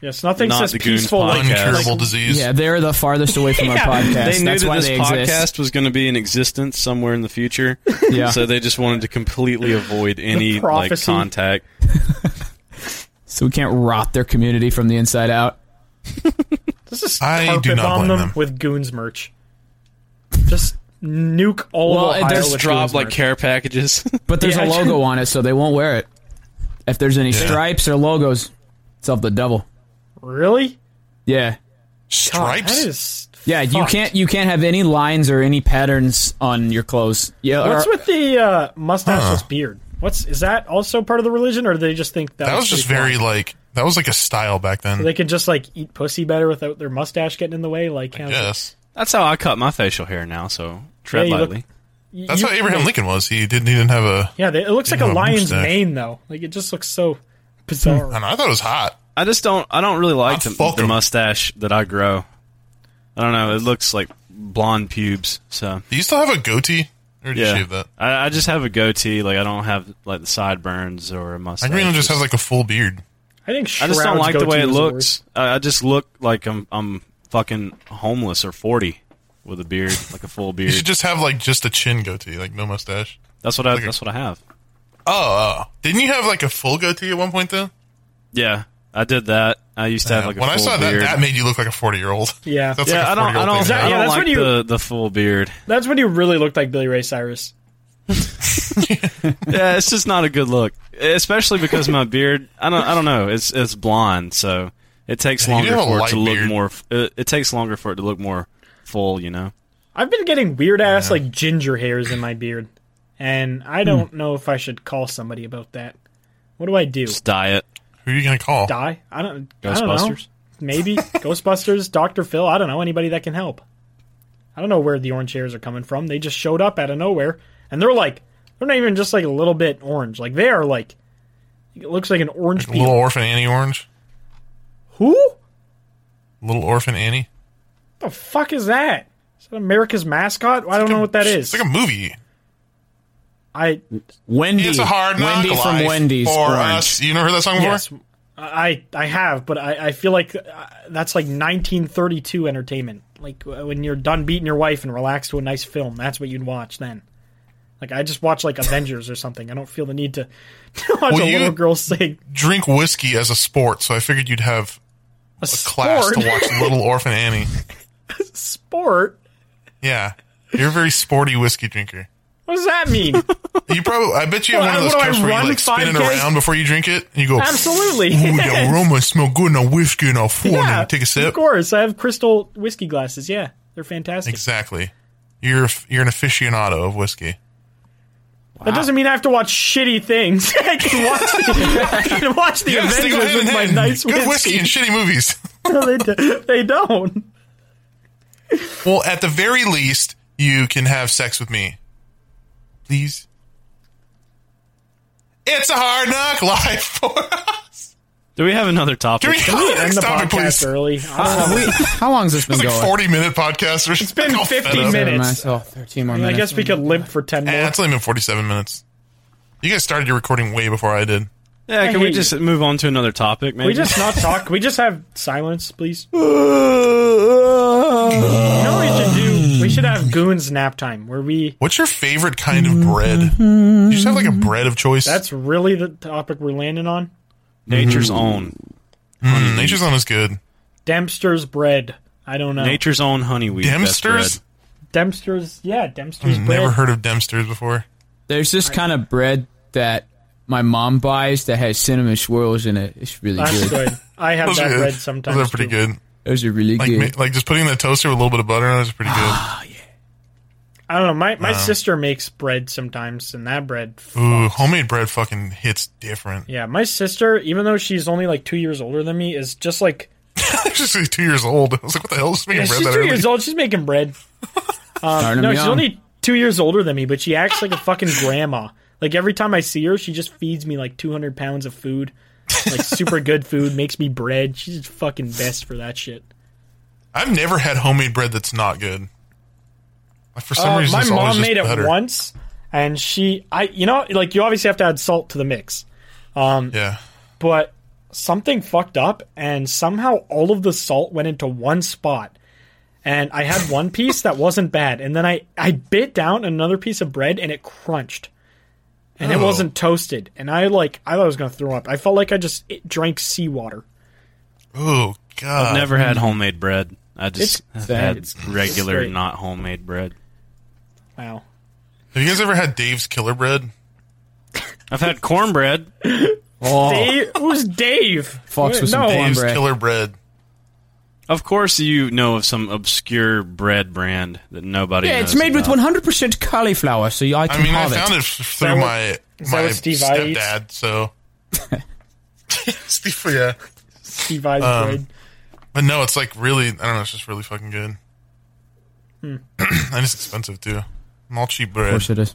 Speaker 5: Yes, nothing
Speaker 2: Not
Speaker 5: says
Speaker 2: the Goons
Speaker 5: peaceful like
Speaker 2: podcast.
Speaker 1: Incurable disease.
Speaker 4: Yeah, they're the farthest away from our podcast.
Speaker 2: They knew
Speaker 4: That's
Speaker 2: that
Speaker 4: why
Speaker 2: this
Speaker 4: they
Speaker 2: podcast
Speaker 4: exist.
Speaker 2: was going to be in existence somewhere in the future.
Speaker 4: Yeah.
Speaker 2: So they just wanted to completely avoid any like
Speaker 5: prophecy.
Speaker 2: contact.
Speaker 4: So we can't rot their community from the inside out.
Speaker 5: Let's just
Speaker 1: I
Speaker 5: carpet
Speaker 1: do not
Speaker 5: bomb
Speaker 1: blame
Speaker 5: them,
Speaker 1: them.
Speaker 5: with goons merch. Just nuke all
Speaker 4: Well,
Speaker 5: of
Speaker 4: it
Speaker 5: Ohio
Speaker 4: does
Speaker 5: with
Speaker 2: Drop
Speaker 5: Goons
Speaker 2: like
Speaker 5: merch.
Speaker 2: care packages.
Speaker 4: But there's
Speaker 5: Yeah,
Speaker 4: a logo on it, so they won't wear it. If there's any stripes or logos, it's of the devil.
Speaker 5: really?
Speaker 4: Yeah.
Speaker 5: God,
Speaker 1: Stripes.
Speaker 5: that is
Speaker 4: Yeah, you
Speaker 5: fucked.
Speaker 4: can't you can't have any lines or any patterns on your clothes. Yeah,
Speaker 5: What's
Speaker 4: or-
Speaker 5: with the uh, mustacheless beard? What's is that also part of the religion, or do they just think that,
Speaker 1: that was just
Speaker 5: pretty
Speaker 1: very
Speaker 5: cool?
Speaker 1: like that was like a style back then.
Speaker 5: They could just like eat pussy better without their mustache getting in the way. Like, how-
Speaker 1: yes,
Speaker 2: That's how I cut my facial hair now. So tread
Speaker 5: Yeah, you look-
Speaker 2: lightly.
Speaker 5: you-
Speaker 1: that's
Speaker 5: you-
Speaker 1: how Abraham Lincoln was. He didn't. He didn't have a.
Speaker 5: Yeah, they, it looks like
Speaker 1: Yeah,
Speaker 5: a lion's
Speaker 1: mustache. Hmm.
Speaker 5: mane though. Like it just looks so
Speaker 1: I,
Speaker 5: bizarre.
Speaker 1: don't know, I thought it was hot.
Speaker 2: I just don't. I don't really like
Speaker 1: I
Speaker 2: the,
Speaker 1: fuck
Speaker 2: the
Speaker 1: 'em.
Speaker 2: mustache that I grow. I don't know. It looks like blonde pubes. So
Speaker 1: Do you still have a goatee? Or did you
Speaker 2: yeah,
Speaker 1: shave that?
Speaker 2: I, I just have a goatee. Like I don't have like the sideburns or a mustache.
Speaker 1: Agrino just has like a full beard.
Speaker 5: I think
Speaker 2: I just don't
Speaker 5: Shroud's
Speaker 2: like the
Speaker 5: goatee
Speaker 2: way it
Speaker 5: was
Speaker 2: looks.
Speaker 5: worst.
Speaker 2: I, I just look like I'm I'm fucking homeless or forty with a beard, like a full
Speaker 1: You should
Speaker 2: beard.
Speaker 1: just have like just a chin goatee, like no mustache.
Speaker 2: That's what I.
Speaker 1: a-
Speaker 2: That's what I have.
Speaker 1: Oh, oh. didn't you have like a full goatee at one point though?
Speaker 2: Yeah, I did that. I used to have like a
Speaker 1: when
Speaker 2: full
Speaker 1: I saw
Speaker 2: beard.
Speaker 1: that, that made you look like a forty-year-old.
Speaker 5: Yeah.
Speaker 1: that's
Speaker 2: yeah, I
Speaker 1: like a
Speaker 2: don't. I don't.
Speaker 1: forty-year-old thing.
Speaker 2: I
Speaker 5: Yeah,
Speaker 2: don't
Speaker 5: that's
Speaker 2: like
Speaker 5: when you-
Speaker 2: the the full beard.
Speaker 5: That's when you really looked like Billy Ray Cyrus.
Speaker 2: yeah, it's just not a good look, especially because my beard. I don't. I don't know. It's it's blonde, so it takes
Speaker 1: Yeah, you do
Speaker 2: longer
Speaker 1: have a
Speaker 2: for it to
Speaker 1: light
Speaker 2: look
Speaker 1: beard.
Speaker 2: more. It, it takes longer for it to look more full. You know.
Speaker 5: I've been getting weird ass like ginger hairs in my beard, and
Speaker 1: Hmm.
Speaker 5: I don't know if I should call somebody about that. What do I do?
Speaker 2: Just diet.
Speaker 1: Who are you gonna call?
Speaker 5: Die? I don't. I don't know.
Speaker 2: Ghostbusters?
Speaker 5: Maybe Ghostbusters, Doctor Phil. I don't know anybody that can help. I don't know where the orange hairs are coming from. They just showed up out of nowhere, and they're like, they're not even just like a little bit orange. Like they are like, it looks like an orange.
Speaker 1: Little
Speaker 5: beetle.
Speaker 1: orphan Annie Orange.
Speaker 5: Who?
Speaker 1: Little orphan Annie.
Speaker 5: The fuck is that? Is that America's mascot? I don't know what that is.
Speaker 1: It's like a movie.
Speaker 5: I
Speaker 4: Wendy.
Speaker 1: It's a hard knock
Speaker 4: Wendy
Speaker 1: life
Speaker 4: from Wendy's
Speaker 1: for
Speaker 4: Orange.
Speaker 1: us. You never heard that song before?
Speaker 5: yes, I I have, but I, I feel like uh, that's like 1932 entertainment. Like uh, when you're done beating your wife and relax to a nice film, that's what you'd watch then. Like I just watch like Avengers or something. I don't feel the need to, to watch
Speaker 1: Well,
Speaker 5: a
Speaker 1: you-
Speaker 5: little girl sing
Speaker 1: Drink whiskey as a sport, so I figured you'd have
Speaker 5: a,
Speaker 1: a class
Speaker 5: sport.
Speaker 1: to watch Little Orphan Annie.
Speaker 5: sport.
Speaker 1: Yeah, you're a very sporty whiskey drinker.
Speaker 5: What does that mean?
Speaker 1: You probably, I bet you have
Speaker 5: Well,
Speaker 1: one of those
Speaker 5: what do I
Speaker 1: cups where
Speaker 5: run,
Speaker 1: you like spin it
Speaker 5: 5K?
Speaker 1: around before you drink it, and you go,
Speaker 5: Absolutely.
Speaker 1: Ooh, the aroma smell good in a whiskey and a phone.
Speaker 5: Yeah,
Speaker 1: and you take a
Speaker 5: Of
Speaker 1: sip.
Speaker 5: course, I have crystal whiskey glasses. Yeah, they're fantastic.
Speaker 1: Exactly. You're you're an aficionado of whiskey.
Speaker 5: That doesn't mean I have to watch shitty things. I can watch the, I can watch the
Speaker 1: Yes, they go
Speaker 5: Avengers
Speaker 1: hand in
Speaker 5: with my
Speaker 1: hand.
Speaker 5: nice
Speaker 1: good whiskey
Speaker 5: whiskey.
Speaker 1: and shitty movies.
Speaker 5: No, they, do- they don't.
Speaker 1: Well, at the very least, you can have sex with me. Please. It's a hard knock life for us.
Speaker 2: Do we have another
Speaker 1: Can
Speaker 2: topic?
Speaker 1: we go to the
Speaker 5: End
Speaker 1: next
Speaker 5: the
Speaker 1: topic,
Speaker 5: podcast
Speaker 1: please?
Speaker 5: early. I don't know.
Speaker 4: We- how long has this been
Speaker 1: It's like
Speaker 4: going?
Speaker 1: 40 minute podcast. It's
Speaker 5: been 50 minutes.
Speaker 4: Seven minutes. Oh, 13 more
Speaker 5: I
Speaker 4: minutes.
Speaker 5: guess we could limp for ten more.
Speaker 1: Eh, it's only been 47 minutes. You guys started your recording way before I did.
Speaker 2: yeah,
Speaker 5: I
Speaker 2: can we
Speaker 5: hate
Speaker 2: just move on to another topic? Maybe
Speaker 5: we just not talk. We just have silence, please. you know what we should do? We should have goons nap time where we.
Speaker 1: What's your favorite kind of bread? You just have like a bread of choice.
Speaker 5: Mm-hmm. That's really the topic we're landing on.
Speaker 2: nature's own,
Speaker 1: Mm, Nature's on is good.
Speaker 5: Dempster's bread. I don't know.
Speaker 2: nature's own honeyweed. best bread.
Speaker 1: Dempsters?
Speaker 5: Dempster's, yeah, Dempster's bread.
Speaker 1: Never heard of Dempsters before.
Speaker 4: There's this kind of bread that my mom buys that has cinnamon swirls in it. It's really
Speaker 5: That's
Speaker 4: good.
Speaker 5: good. I have
Speaker 1: Those are
Speaker 5: that
Speaker 1: good.
Speaker 5: bread
Speaker 1: Those
Speaker 5: sometimes.
Speaker 1: are pretty
Speaker 5: too.
Speaker 1: good.
Speaker 4: Those are really
Speaker 1: Like
Speaker 4: good.
Speaker 1: ma- like just putting in the toaster with a little bit of butter on it is pretty good.
Speaker 5: I don't know. My my sister makes bread sometimes, and that bread. f-
Speaker 1: Ooh, homemade bread fucking hits different.
Speaker 5: Yeah, my sister, even though she's only like two years older than me, is just like
Speaker 1: I'm just like, two years old. I was like, what the hell? Just making
Speaker 5: Yeah,
Speaker 1: bread
Speaker 5: she's
Speaker 1: that
Speaker 5: two
Speaker 1: early.
Speaker 5: years old. She's making bread. Um,
Speaker 4: Starting
Speaker 5: no,
Speaker 4: them
Speaker 5: she's
Speaker 4: young.
Speaker 5: only two years older than me, but she acts like a fucking grandma. Like every time I see her, she just feeds me like 200 pounds of food, like super good food. Makes me bread. She's just fucking best for that shit.
Speaker 1: I've never had homemade bread that's not good. Like, For some
Speaker 5: Uh,
Speaker 1: reason,
Speaker 5: my
Speaker 1: it's always
Speaker 5: mom
Speaker 1: just
Speaker 5: made it
Speaker 1: better.
Speaker 5: once, and she, I, you know, like you obviously have to add salt to the mix,
Speaker 1: Yeah.
Speaker 5: but something fucked up, and somehow all of the salt went into one spot. And I had one piece that wasn't bad, and then I I bit down another piece of bread, and it crunched, and it
Speaker 1: Oh.
Speaker 5: wasn't toasted, and I like I thought I was gonna throw up. I felt like I just it drank seawater.
Speaker 1: Oh god.
Speaker 2: Never had homemade bread. I just
Speaker 4: It's-
Speaker 2: have had
Speaker 4: it's-
Speaker 2: regular,
Speaker 5: great.
Speaker 2: not homemade bread.
Speaker 5: Wow.
Speaker 1: Have you guys ever had Dave's Killer Bread?
Speaker 2: I've had cornbread.
Speaker 4: oh,
Speaker 5: Dave, who's Dave?
Speaker 4: Fox with some
Speaker 5: no,
Speaker 4: corn.
Speaker 1: Dave's
Speaker 4: Cornbread.
Speaker 1: Killer Bread.
Speaker 2: Of course, you know of some obscure bread brand that nobody.
Speaker 4: yeah,
Speaker 2: knows
Speaker 4: it's made with
Speaker 2: about.
Speaker 4: 100% cauliflower, so I can
Speaker 1: I mean, I
Speaker 4: have
Speaker 1: found
Speaker 4: it.
Speaker 1: it, f through
Speaker 5: that what-
Speaker 1: my
Speaker 5: is that
Speaker 1: my
Speaker 5: what Steve I eats?
Speaker 1: stepdad. So, Steve, yeah,
Speaker 5: Steve I's
Speaker 1: Um,
Speaker 5: bread.
Speaker 1: but no, it's like really. I don't know. It's just really fucking good.
Speaker 5: Hmm.
Speaker 1: and it's expensive too. Not cheap
Speaker 4: Of
Speaker 1: bread.
Speaker 4: course it is.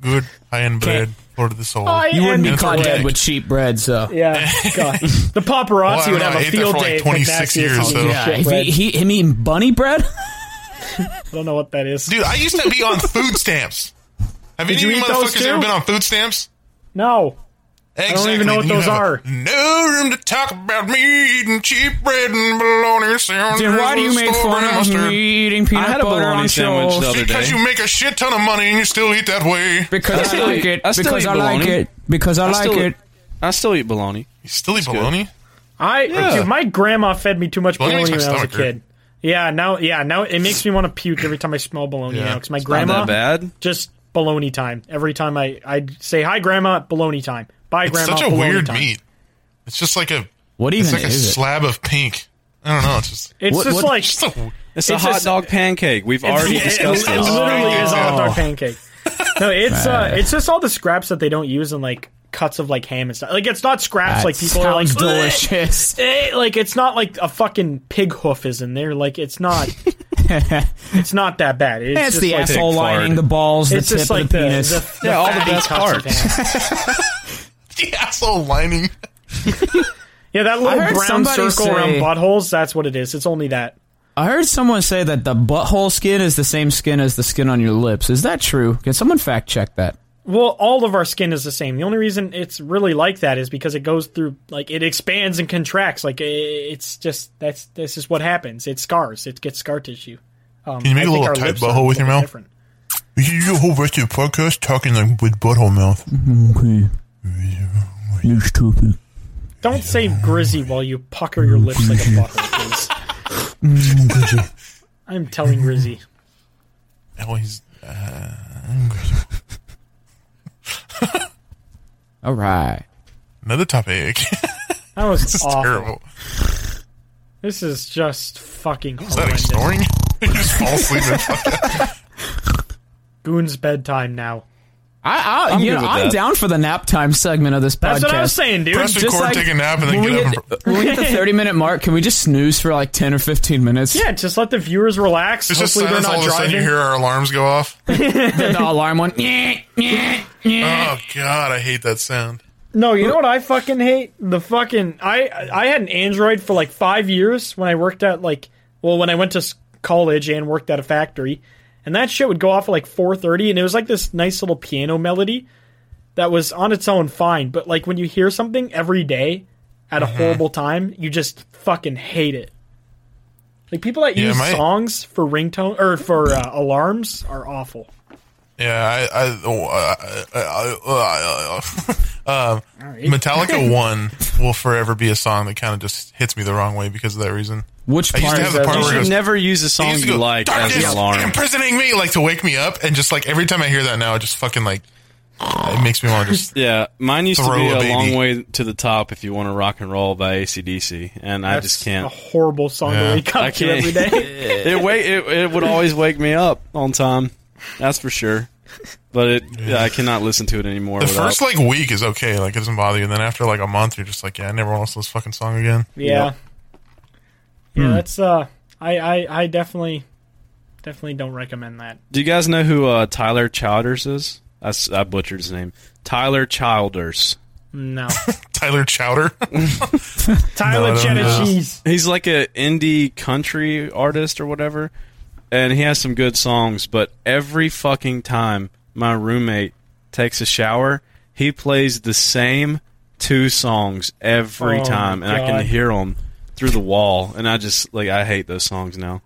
Speaker 1: Good high end bread. Lord of the soul.
Speaker 5: I
Speaker 4: You wouldn't be
Speaker 1: it's
Speaker 4: caught
Speaker 1: organic.
Speaker 4: dead with cheap bread, so.
Speaker 5: Yeah, God. The paparazzi
Speaker 1: Well, I don't
Speaker 5: would
Speaker 1: know,
Speaker 5: have
Speaker 1: I
Speaker 5: a
Speaker 1: ate that
Speaker 5: field
Speaker 1: for, like,
Speaker 5: day. if
Speaker 1: 26
Speaker 5: Maxius
Speaker 1: years,
Speaker 5: was
Speaker 1: so-
Speaker 5: eating
Speaker 4: Yeah,
Speaker 5: shit
Speaker 4: if
Speaker 5: bread.
Speaker 4: he, he, him eating bunny bread?
Speaker 5: I don't know what that is.
Speaker 1: Dude, I used to be on food stamps. Have any
Speaker 5: you
Speaker 1: of you
Speaker 5: eat those
Speaker 1: motherfuckers ever
Speaker 5: too?
Speaker 1: been on food stamps?
Speaker 5: No,
Speaker 1: Exactly.
Speaker 5: don't even know what
Speaker 1: You
Speaker 5: those
Speaker 1: have
Speaker 5: are.
Speaker 1: No room to talk about me eating cheap bread and bologna sandwiches.
Speaker 4: Then why do you
Speaker 1: with
Speaker 4: make
Speaker 1: strawberry
Speaker 4: fun of
Speaker 1: mustard?
Speaker 4: me eating peanut
Speaker 2: I had a
Speaker 4: butter
Speaker 2: bologna
Speaker 4: on
Speaker 2: sandwich the
Speaker 4: toast?
Speaker 2: other day.
Speaker 1: Because you make a shit ton of money and you still eat that way.
Speaker 4: Because I,
Speaker 2: still
Speaker 4: like
Speaker 2: eat-
Speaker 4: it.
Speaker 2: I still
Speaker 4: because
Speaker 2: eat
Speaker 4: I like
Speaker 2: bologna.
Speaker 4: it. Because I,
Speaker 2: I
Speaker 4: like
Speaker 2: still-
Speaker 4: it.
Speaker 2: I still eat bologna.
Speaker 1: You still eat bologna?
Speaker 5: I dude, my grandma fed me too much
Speaker 1: Bologna
Speaker 5: bologna
Speaker 1: makes
Speaker 5: when I was
Speaker 1: my
Speaker 5: a
Speaker 1: stomach hurt.
Speaker 5: kid. Yeah, now yeah now it makes me want to puke every time I smell bologna
Speaker 1: Yeah.
Speaker 5: now because my
Speaker 1: It's
Speaker 2: Not
Speaker 5: grandma
Speaker 2: that bad.
Speaker 5: just bologna time every time I I say hi grandma bologna time bye
Speaker 1: It's
Speaker 5: grandma
Speaker 1: such a
Speaker 5: bologna
Speaker 1: weird
Speaker 5: time.
Speaker 1: meat. It's just like a
Speaker 4: What
Speaker 1: it's
Speaker 4: even
Speaker 1: like a
Speaker 4: is it?
Speaker 1: slab of pink. I don't know. It's just
Speaker 5: It's
Speaker 4: What-
Speaker 5: just
Speaker 4: what-
Speaker 5: like
Speaker 1: it's a,
Speaker 2: It's, a
Speaker 5: It's
Speaker 2: hot
Speaker 5: just-
Speaker 2: dog pancake. We've already
Speaker 5: yeah, it-
Speaker 2: discussed
Speaker 5: it,
Speaker 2: this.
Speaker 5: literally is a hot
Speaker 4: Oh.
Speaker 5: dog pancake. No, it's uh, it's just all the scraps that they don't use in like cuts of like ham and stuff. Like it's not scraps
Speaker 4: That
Speaker 5: like people are like
Speaker 4: sounds
Speaker 5: "Ugh."
Speaker 4: delicious.
Speaker 5: Eh, like it's not like a fucking pig hoof is in there. Like it's not. it's not that bad. It's,
Speaker 4: It's
Speaker 5: just
Speaker 4: the
Speaker 5: like,
Speaker 4: asshole
Speaker 2: fart.
Speaker 4: lining, the balls, the
Speaker 5: It's
Speaker 4: tip
Speaker 5: just
Speaker 4: of
Speaker 5: like
Speaker 4: the
Speaker 5: the,
Speaker 4: penis.
Speaker 5: the, the
Speaker 2: Yeah, all the
Speaker 5: fatty
Speaker 2: best
Speaker 5: cuts of ham.
Speaker 1: the asshole lining.
Speaker 5: Yeah, that little
Speaker 4: heard
Speaker 5: brown
Speaker 4: somebody
Speaker 5: circle around
Speaker 4: say-
Speaker 5: buttholes. That's what it is. It's only that.
Speaker 4: I heard someone say that the butthole skin is the same skin as the skin on your lips. Is that true? Can someone fact check that?
Speaker 5: Well, all of our skin is the same. The only reason it's really like that is because it goes through, like, it expands and contracts. Like, i- it's just that's this is what happens. It scars. It gets scar tissue. Um,
Speaker 1: Can you make
Speaker 5: I
Speaker 1: a
Speaker 5: think
Speaker 1: little
Speaker 5: our
Speaker 1: tight
Speaker 5: lips are a
Speaker 1: butthole with
Speaker 5: little
Speaker 1: your mouth?
Speaker 5: different.
Speaker 1: You can do a whole rest of the podcast talking like with butthole mouth.
Speaker 4: Okay. Next topic.
Speaker 5: Don't say grizzy while you pucker your lips like a butthole, please. I'm telling Grizzy.
Speaker 1: Oh, he's
Speaker 4: All right.
Speaker 1: another topic.
Speaker 5: That was
Speaker 1: it's
Speaker 5: awful.
Speaker 1: terrible.
Speaker 5: This is just fucking
Speaker 1: Is that like
Speaker 5: horrendous.
Speaker 1: snoring? you just fall asleep and fucking
Speaker 5: Goon's bedtime now.
Speaker 4: I, I,
Speaker 2: I'm
Speaker 4: I'm, you
Speaker 2: good
Speaker 4: know,
Speaker 2: with
Speaker 4: I'm
Speaker 2: that.
Speaker 4: down for the nap time segment of this
Speaker 5: That's
Speaker 4: podcast.
Speaker 5: what I was saying, dude.
Speaker 1: press record,
Speaker 4: like-
Speaker 1: take a nap, and then
Speaker 4: When we,
Speaker 1: get up.
Speaker 4: get,
Speaker 1: And, pro-
Speaker 4: when we get the 30 minute mark, can we just snooze for like 10 or 15 minutes?
Speaker 5: Yeah, just let the viewers relax.
Speaker 1: it's just
Speaker 5: Hopefully they're
Speaker 1: silence.
Speaker 5: not
Speaker 1: All of a sudden, you
Speaker 5: driving.
Speaker 1: hear our alarms go off.
Speaker 4: The, the alarm went. "Nyeh, nyeh, nyeh."
Speaker 1: Oh God, I hate that sound.
Speaker 5: No, you know what I fucking hate? The fucking I I had an Android for like five years when I worked at like well when I went to s- college and worked at a factory, and that shit would go off at like four thirty, and it was like this nice little piano melody that was on its own fine, but like when you hear something every day at a
Speaker 2: Mm-hmm.
Speaker 5: horrible time, you just fucking hate it. Like people that
Speaker 1: Yeah,
Speaker 5: use
Speaker 1: my-
Speaker 5: songs for ringtone or for uh, alarms are awful.
Speaker 1: Yeah, I, I, oh, I, I, I, I, I um, Metallica One will forever be a song that kind of just hits me the wrong way because of that reason.
Speaker 4: Which
Speaker 1: I used
Speaker 4: part
Speaker 1: to
Speaker 4: is
Speaker 1: have the
Speaker 4: that?
Speaker 1: part
Speaker 2: You
Speaker 1: where it
Speaker 2: should
Speaker 1: goes,
Speaker 2: never use a
Speaker 1: it
Speaker 2: song
Speaker 1: used to
Speaker 2: you
Speaker 1: go,
Speaker 2: like as
Speaker 1: "Darkness
Speaker 2: an alarm.
Speaker 1: imprisoning me, like to wake me up, and just like every time I hear that now, I just fucking like It makes me want to just.
Speaker 2: Yeah, mine used to
Speaker 1: Throw
Speaker 2: be
Speaker 1: a
Speaker 2: a,
Speaker 1: baby.
Speaker 2: long way to the top if you want to rock and roll by ACDC, and I just
Speaker 5: That's
Speaker 2: can't.
Speaker 5: A horrible song
Speaker 1: Yeah.
Speaker 5: to wake
Speaker 2: I
Speaker 5: up to
Speaker 2: can't.
Speaker 5: every day.
Speaker 2: it wa- it, it would always wake me up on time. That's for sure. But it, yeah, I cannot listen to it anymore.
Speaker 1: The
Speaker 2: without-
Speaker 1: first like week is okay, like it doesn't bother you. And then after like a month, you're just like, yeah, I never want to listen to this fucking song again.
Speaker 5: Yeah. Yeah, that's uh I, I I definitely definitely don't recommend that.
Speaker 2: Do you guys know who uh, Tyler Childers is? I, s- I butchered his name. Tyler Childers.
Speaker 5: No.
Speaker 1: Tyler Chowder.
Speaker 5: Tyler
Speaker 1: No, I don't
Speaker 5: Cheddar
Speaker 1: know.
Speaker 5: Cheese.
Speaker 2: He's like a indie country artist or whatever, and he has some good songs. But every fucking time my roommate takes a shower, he plays the same two songs every
Speaker 5: Oh,
Speaker 2: time, and I can
Speaker 5: God.
Speaker 2: hear them through the wall. And I just like I hate those songs now.